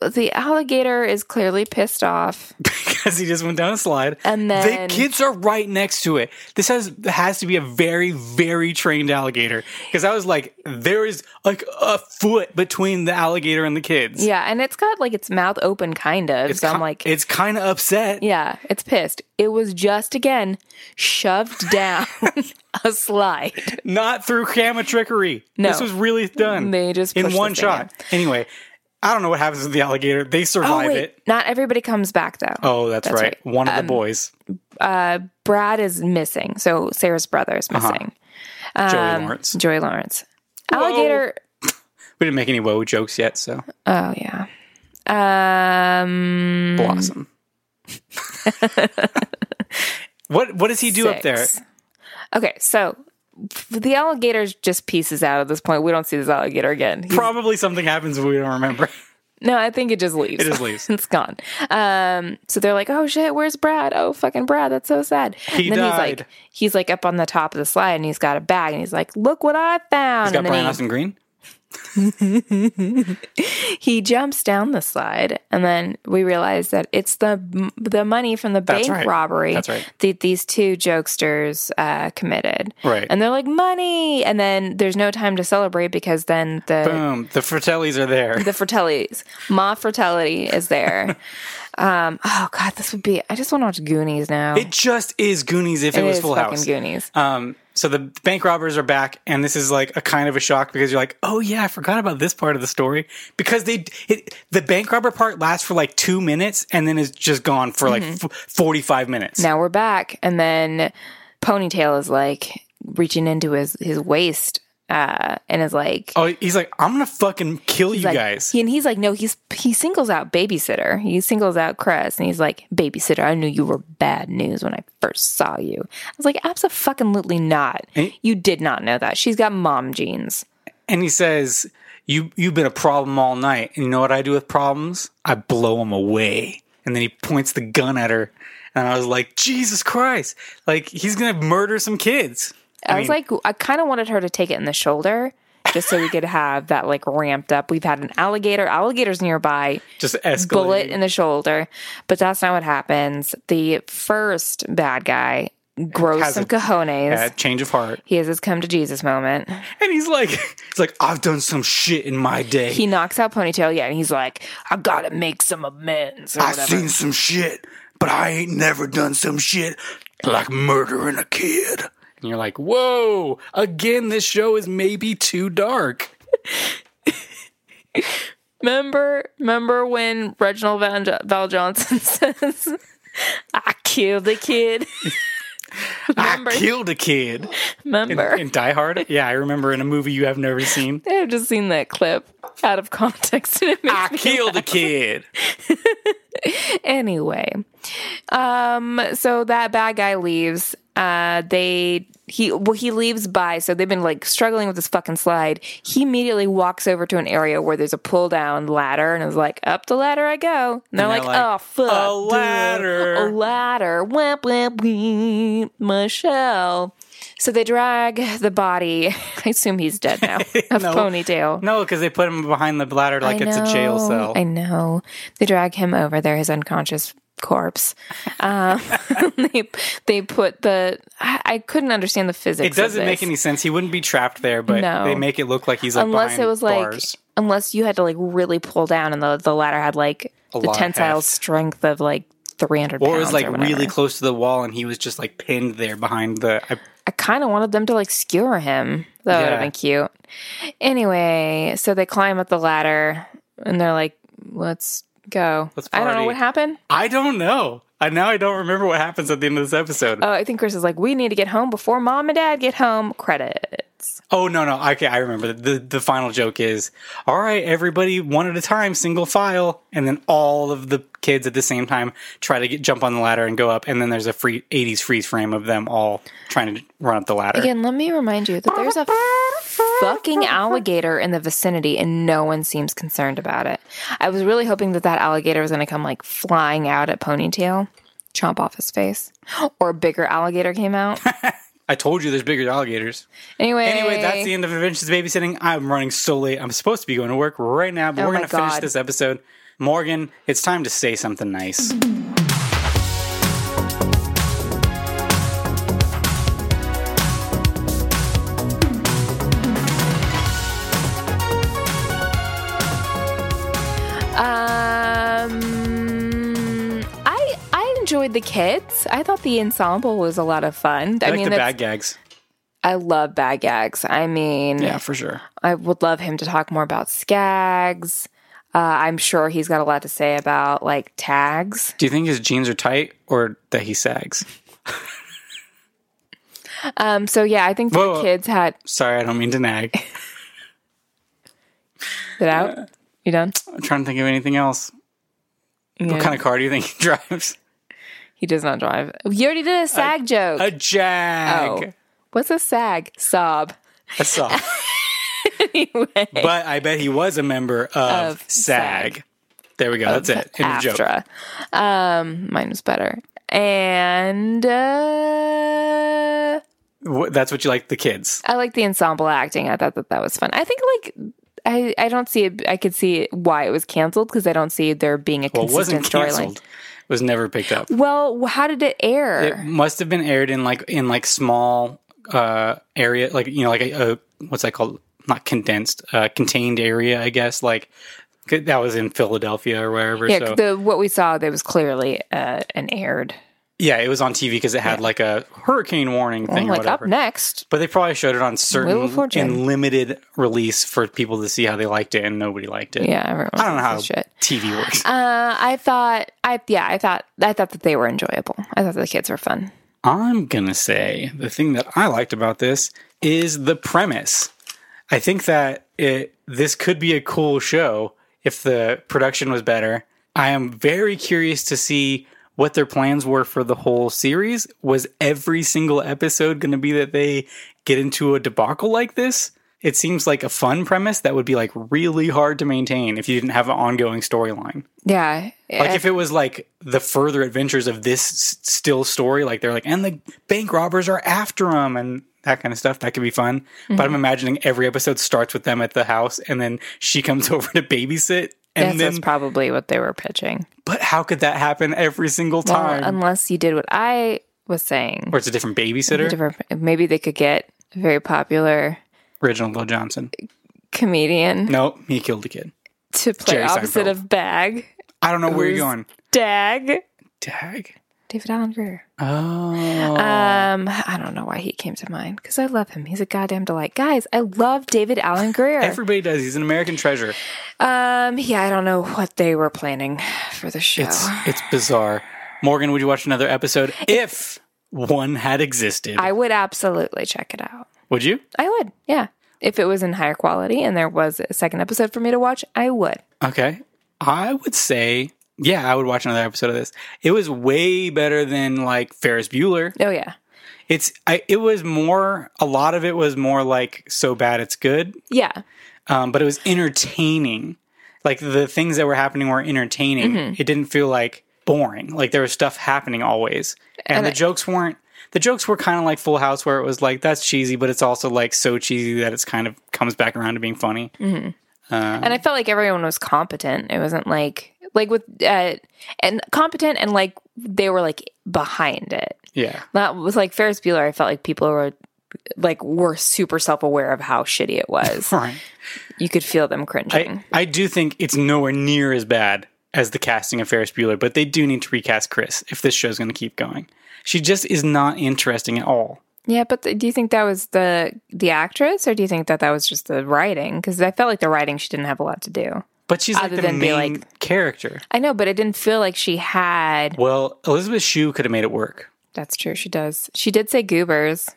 S1: the alligator is clearly pissed off.
S2: because he just went down a slide.
S1: And then-
S2: the kids are right next to it. This has has to be a very very trained alligator because I was like, there is like a foot between the alligator and the kids.
S1: Yeah, and it's got like its mouth open, kind of.
S2: it's
S1: so I'm
S2: ki-
S1: like,
S2: it's kind of upset.
S1: yeah, it's pissed. It was just again shoved down a slide.
S2: Not through camera trickery.
S1: No.
S2: this was really done.
S1: They just
S2: in
S1: pushed
S2: one
S1: this thing
S2: shot. Anyway, I don't know what happens with the alligator. They survive it.
S1: Oh, not everybody comes back though.
S2: Oh, that's,
S1: That's
S2: right.
S1: right. Um,
S2: One of the boys,
S1: Brad is missing, so Sarah's brother is
S2: Uh-huh.
S1: missing.
S2: Joey
S1: Um,
S2: Lawrence.
S1: Joey Lawrence. Alligator.
S2: We didn't make any woe jokes yet, so
S1: Oh yeah. Um.
S2: blossom. what what does he do up there?
S1: Six. Okay, so the alligator's just pieces out at this point. We don't see this alligator again. He's-
S2: Probably something happens we don't remember.
S1: no, I think it just leaves.
S2: It just leaves.
S1: it's gone. Um, so they're like, "Oh shit, where's Brad? Oh fucking Brad, that's so sad."
S2: He
S1: and then he's
S2: died.
S1: like, he's like up on the top of the slide, and he's got a bag, and he's like, "Look what I found!"
S2: He's got
S1: and
S2: Brian
S1: then
S2: Austin Green.
S1: he, he jumps down the slide, and then we realize that it's the the money from the
S2: That's
S1: bank
S2: right.
S1: robbery
S2: That's right.
S1: that these two jokesters uh, committed.
S2: Right.
S1: and they're like, "Money!" And then there's no time to celebrate because then the
S2: Boom. The Fratellis are there.
S1: the Fratellis. Ma Fratelli is there. um, oh God, this would be. I just want to watch Goonies now.
S2: It just is Goonies if it,
S1: It
S2: was
S1: is
S2: Full
S1: fucking
S2: House.
S1: Goonies.
S2: Um, so the bank robbers are back, and this is like a kind of a shock because you're like, oh yeah, I forgot about this part of the story because they it, the bank robber part lasts for like two minutes and then is just gone for like f- forty five minutes.
S1: Mm-hmm. now we're back, and then Ponytail is like reaching into his his waist, uh, and is like.
S2: Oh, he's like, I'm gonna fucking kill you
S1: like-
S2: guys.
S1: he- and he's like, no, he's he singles out babysitter. He singles out Crest, and he's like, babysitter. I knew you were bad news when I first saw you. I was like, absolutely not.
S2: And-
S1: You did not know that. She's got mom jeans.
S2: and he says, "You you've been a problem all night. And you know what I do with problems? I blow them away." And then he points the gun at her, and I was like, "Jesus Christ! Like he's gonna murder some kids."
S1: I, was like, I kind of wanted her to take it in the shoulder just so we could have that like ramped up. We've had an alligator, alligators nearby,
S2: Just escalating.
S1: bullet in the shoulder, but that's not what happens. The first bad guy grows
S2: Has
S1: some
S2: a-
S1: cojones.
S2: Yeah, change of heart.
S1: He has his come to Jesus moment.
S2: And he's like, he's like, I've done some shit in my day.
S1: He knocks out Ponytail, yeah, and he's like, I gotta make some amends or
S4: I've
S1: whatever.
S4: seen some shit, but I ain't never done some shit like murdering a kid.
S2: and you're like, whoa! Again, this show is maybe too dark.
S1: Remember, remember when Reginald Val, Val Johnson says, I killed the kid. remember,
S2: I killed a kid
S1: remember.
S2: in Die Hard. Yeah, I remember in a movie you have never seen.
S1: I've just seen that clip out of context and it makes
S2: I
S1: me
S2: killed a kid.
S1: anyway. Um so that bad guy leaves. Uh they he well he leaves by so they've been like struggling with this fucking slide. He immediately walks over to an area where there's a pull down ladder and is like, "Up the ladder I go." And they're,
S2: they're
S1: like,
S2: like,
S1: "Oh fuck,
S2: "A
S1: dude.
S2: ladder."
S1: a ladder, wimp wimp wimp, Michelle." So they drag the body. I assume he's dead now. Of
S2: No.
S1: ponytail.
S2: No, because they put him behind the bladder like
S1: I
S2: it's a jail
S1: know,
S2: cell.
S1: I know. They drag him over there, his unconscious corpse. Um, they they put the. I, I couldn't understand the physics.
S2: it doesn't
S1: of
S2: make
S1: this.
S2: any sense. He wouldn't be trapped there, but
S1: No.
S2: they make it look like he's like
S1: unless
S2: behind
S1: it was like
S2: bars.
S1: unless you had to like really pull down, and the the ladder had like
S2: A
S1: the
S2: lot of
S1: tensile
S2: heft.
S1: strength of like three hundred.
S2: or it was like really
S1: close.
S2: close to the wall, and he was just like pinned there behind the. I,
S1: I kind of wanted them to like skewer him. That would have
S2: Yeah.
S1: been cute. Anyway, so they climb up the ladder, and they're like, "Let's go."
S2: Let's
S1: I don't know
S2: party.
S1: what happened.
S2: I don't know. I now I don't remember what happens at the end of this episode.
S1: Oh, I think Chris is like, we need to get home before mom and dad get home. Credits.
S2: oh no no. Okay, I remember. The, the the final joke is all right. Everybody one at a time, single file, and then all of the kids at the same time try to get jump on the ladder and go up, and then there's a free '80s freeze frame of them all trying to run up the ladder.
S1: Again, let me remind you that there's a fucking alligator in the vicinity and no one seems concerned about it. I was really hoping that that alligator was going to come like flying out at Ponytail, chomp off his face, or a bigger alligator came out.
S2: I told you there's bigger alligators.
S1: Anyway,
S2: Anyway, that's the end of Adventures Babysitting. I'm running so late. I'm supposed to be going to work right now, but
S1: Oh
S2: we're
S1: my
S2: going to finish
S1: God.
S2: this episode. Morgan, it's time to say something nice.
S1: Um, I I enjoyed the kids. I thought the ensemble was a lot of fun. I,
S2: I like
S1: mean,
S2: the
S1: that's-
S2: bad gags.
S1: I love bad gags. I mean,
S2: Yeah, for sure.
S1: I would love him to talk more about skags. Uh, I'm sure he's got a lot to say about like tags.
S2: Do you think his jeans are tight or that he sags?
S1: Um, so yeah, I think
S2: Whoa,
S1: the
S2: whoa.
S1: kids had
S2: Sorry, I don't mean to nag.
S1: it out. You done?
S2: I'm trying to think of anything else.
S1: Yeah.
S2: What kind of car do you think he drives?
S1: He does not drive. You already did a sag joke.
S2: A Jag.
S1: Oh. What's a sag? Sob.
S2: A song.
S1: Anyway.
S2: but I bet he was a member of,
S1: Of
S2: SAG. There we go. That's it. End of joke.
S1: Aftra. Um, mine was better. And uh,
S2: Wh- That's what you like, the kids.
S1: I like the ensemble acting. I thought that that was fun. I think like I I don't see it. I could see why it was canceled because I don't see there being a
S2: Well, it wasn't
S1: consistent storyline.
S2: canceled. It was never picked up.
S1: Well, how did it
S2: It
S1: air?
S2: must have been aired in like in like small uh area, like you know, like a, a what's that called? Not condensed, uh, contained area, I guess. Like 'cause that was in Philadelphia or wherever.
S1: yeah,
S2: so
S1: the what we saw that was clearly uh, an aired.
S2: yeah, it was on TV because it had like a hurricane warning thing. or
S1: like
S2: whatever.
S1: up next.
S2: But they probably showed it
S1: Wheel
S2: on
S1: of
S2: certain
S1: Fortune.
S2: and limited release for people to see how they liked it, and nobody liked it.
S1: Yeah, everyone
S2: I don't know
S1: says
S2: how
S1: this shit.
S2: TV works.
S1: Uh, I thought I yeah I thought I thought that they were enjoyable. I thought the kids were fun.
S2: I'm gonna say the thing that I liked about this is the premise. I think that it this could be a cool show if the production was better. I am very curious to see what their plans were for the whole series. Was every single episode going to be that they get into a debacle like this? It seems like a fun premise that would be like really hard to maintain if you didn't have an ongoing storyline.
S1: Yeah,
S2: Like if it was like the further adventures of this s- still story, like they're like, and the bank robbers are after him and that kind of stuff. That could be fun. But
S1: Mm-hmm.
S2: I'm imagining every episode starts with them at the house and then she comes over to babysit.
S1: Yes,
S2: And
S1: that's
S2: then,
S1: probably what they were pitching.
S2: but how could that happen every single time?
S1: Well, um, unless you did what I was saying.
S2: or it's a different babysitter.
S1: Different- Maybe they could get a very popular
S2: Reginald Lowe Johnson.
S1: comedian
S2: Nope, he killed a kid.
S1: to play
S2: Jerry
S1: opposite
S2: Seinfeld.
S1: of Bag.
S2: I don't know where you're
S1: Who's-
S2: going.
S1: Dag.
S2: Dag.
S1: David Allen Greer.
S2: Oh,
S1: Um, I don't know why he came to mind because I love him. He's a goddamn delight, guys. I love David Allen Greer.
S2: everybody does. He's an American treasure.
S1: um, yeah, I don't know what they were planning for the show.
S2: It's it's bizarre. Morgan, would you watch another episode if one had existed?
S1: I would absolutely check it out.
S2: would you?
S1: I would, yeah. If it was in higher quality and there was a second episode for me to watch, I would.
S2: Okay. I would say yeah, I would watch another episode of this. It was way better than like Ferris Bueller.
S1: Oh yeah,
S2: It's I it was more a lot of it was more like so bad it's good,
S1: yeah.
S2: um, but it was entertaining. Like the things that were happening were entertaining.
S1: Mm-hmm.
S2: It didn't feel like boring. Like there was stuff happening always, and,
S1: And
S2: the
S1: I-
S2: jokes weren't. The jokes were kind of like Full House, where it was like that's cheesy, but it's also like so cheesy that it's kind of comes back around to being funny.
S1: Mm-hmm. and I felt like everyone was competent. It wasn't like like with uh, and competent and like they were like behind it.
S2: Yeah,
S1: That was like Ferris Bueller. I felt like people were like were super self aware of how shitty it was.
S2: right.
S1: you could feel them cringing.
S2: I, I do think it's nowhere near as bad as the casting of Ferris Bueller, but they do need to recast Chris if this show's going to keep going. She just is not interesting at all.
S1: yeah, but th- do you think that was the the actress, or do you think that that was just the writing? Because I felt like the writing she didn't have a lot to do.
S2: But she's like
S1: Other
S2: the
S1: than be
S2: main
S1: like-
S2: character.
S1: I know, but it didn't feel like she had.
S2: Well, Elizabeth Shue could have made it work.
S1: That's true. She does. She did say goobers.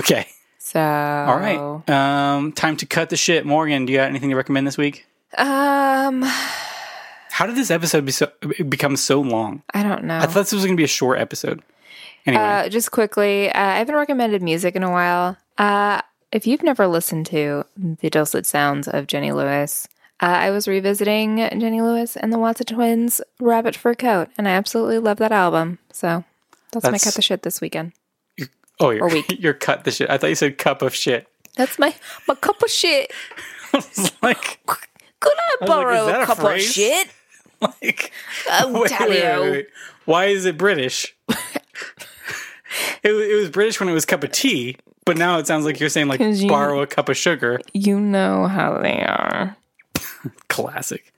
S2: Okay.
S1: So
S2: All right. Um, time to cut the shit. Morgan, do you got anything to recommend this week?
S1: Um,
S2: How did this episode be so, become so long?
S1: I don't know.
S2: I thought this was going to be a short episode. Anyway,
S1: Uh, just quickly, uh, I haven't recommended music in a while. Uh, if you've never listened to the dulcet sounds of Jenny Lewis, uh, I was revisiting Jenny Lewis and the Watson Twins' Rabbit Fur Coat, and I absolutely love that album. So that's, my
S2: That's-
S1: cut the shit this weekend.
S2: oh, you're,
S1: or week.
S2: you're cut the shit. I thought you said cup of shit.
S1: That's my, my cup of shit.
S2: It's like,
S1: Could I
S2: was like,
S1: borrow
S2: is that
S1: a
S2: a
S1: cup
S2: phrase?
S1: of shit?
S2: like,
S1: Oh, Daddy-o.
S2: Why is it British? it, wa- it was British when it was cup of tea, but now it sounds like you're saying like
S1: 'Cause you-
S2: borrow a cup of sugar.
S1: You know how they are.
S2: Classic.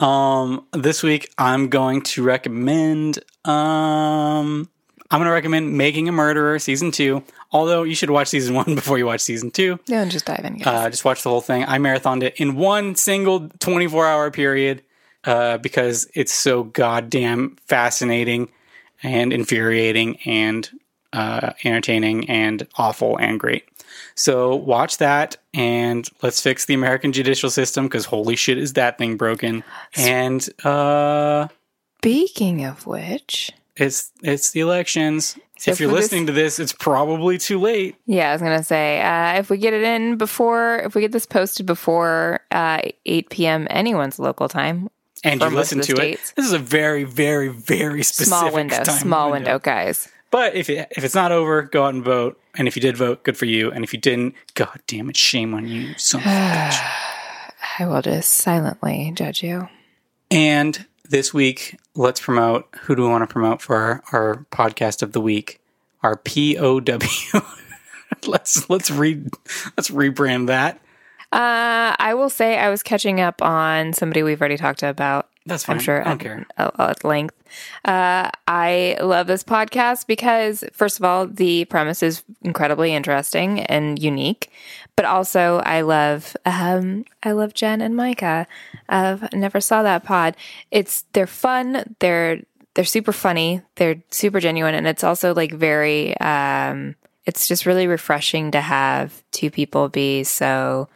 S2: Um, this week I'm going to recommend. Um, I'm going to recommend Making a Murderer season two. Although you should watch season one before you watch season two.
S1: Don't just dive in, guys.
S2: Uh, just watch the whole thing. I marathoned it in one single 24 hour period uh, because it's so goddamn fascinating and infuriating and uh, entertaining and awful and great. So watch that and let's fix the American judicial system because holy shit is that thing broken. And uh,
S1: Speaking of which,
S2: it's it's the elections.
S1: So
S2: if you're
S1: for this-
S2: listening to this, it's probably too late.
S1: yeah, I was gonna say uh, if we get it in before, if we get this posted before uh, eight p.m. anyone's local time,
S2: And
S1: For
S2: you
S1: most
S2: listen
S1: of
S2: to
S1: the
S2: it.
S1: states.
S2: This is a very, very, very specific
S1: small window,
S2: time
S1: small window, guys.
S2: But if it, if it's not over, go out and vote. And if you did vote, good for you. And if you didn't, god damn it, shame on you, you son of a bitch.
S1: I will just silently judge you.
S2: And this week, let's promote. Who do we want to promote for our, our podcast of the week? Our POW. let's let's re let's rebrand that.
S1: Uh, I will say I was catching up on somebody we've already talked about.
S2: That's fine.
S1: I'm sure
S2: I don't care.
S1: at, uh, at length. Uh, I love this podcast because, first of all, the premise is incredibly interesting and unique, but also I love um, I love Jen and Micah of Never Saw That Pod. It's they're fun. They're they're super funny. They're super genuine, and it's also like very. Um, it's just really refreshing to have two people be so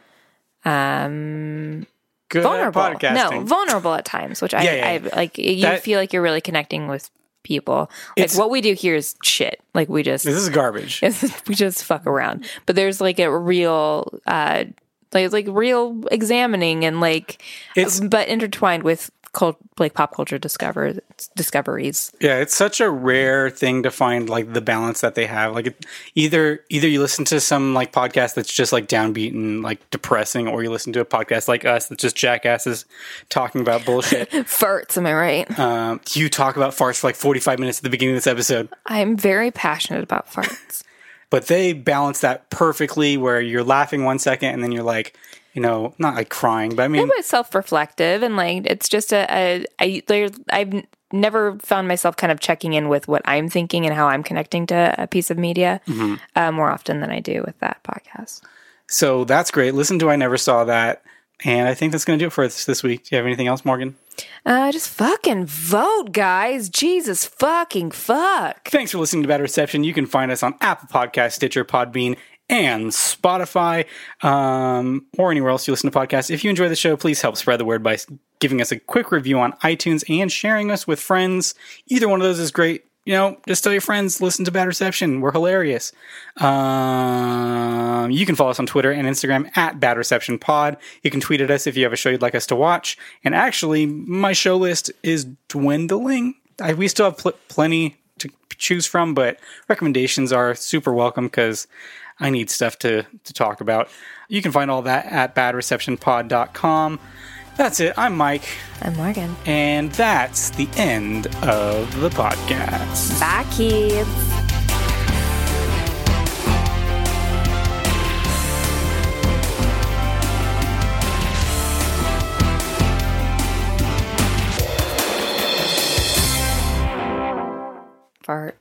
S2: Good
S1: vulnerable. No,
S2: podcasting.
S1: vulnerable at times, which I,
S2: Yeah, yeah,
S1: I like. You
S2: That-
S1: feel like you're really connecting with people. Like
S2: It's-
S1: what we do here is shit. Like we just
S2: this is garbage.
S1: we just fuck around. But there's like a real, uh, like like real examining and like,
S2: It's-
S1: but intertwined with cult, like pop culture discover discoveries.
S2: Yeah, it's such a rare thing to find like the balance that they have. Like it, either either you listen to some like podcast that's just like downbeat and like depressing, or you listen to a podcast like us that's just jackasses talking about bullshit.
S1: Farts, am I right?
S2: um, you talk about farts for like forty five minutes at the beginning of this episode,
S1: I'm very passionate about farts.
S2: but they balance that perfectly, where you're laughing one second and then you're like, you know, not like crying, but I mean,
S1: It was self-reflective and like it's just a, a I there I've n- never found myself kind of checking in with what I'm thinking and how I'm connecting to a piece of media uh, more often than I do with that podcast.
S2: so that's great. Listen to I never saw that, and I think that's going to do it for us this week. Do you have anything else, Morgan?
S1: Uh, just fucking vote, guys! Jesus fucking fuck!
S2: Thanks for listening to Bad Reception. You can find us on Apple Podcast, Stitcher, Podbean, and Spotify, um, or anywhere else you listen to podcasts. If you enjoy the show, please help spread the word by s- giving us a quick review on iTunes and sharing us with friends. Either one of those is great. You know, just tell your friends, listen to Bad Reception. We're hilarious. Um, you can follow us on Twitter and Instagram at Bad Reception Pod. You can tweet at us if you have a show you'd like us to watch. And actually, my show list is dwindling. I, we still have pl- plenty to choose from, but recommendations are super welcome because I need stuff to, to talk about. You can find all that at badreceptionpod.com. That's it. I'm Mike,
S1: I'm Morgan.
S2: and that's the end of the podcast.
S1: Bye, kids. Fart.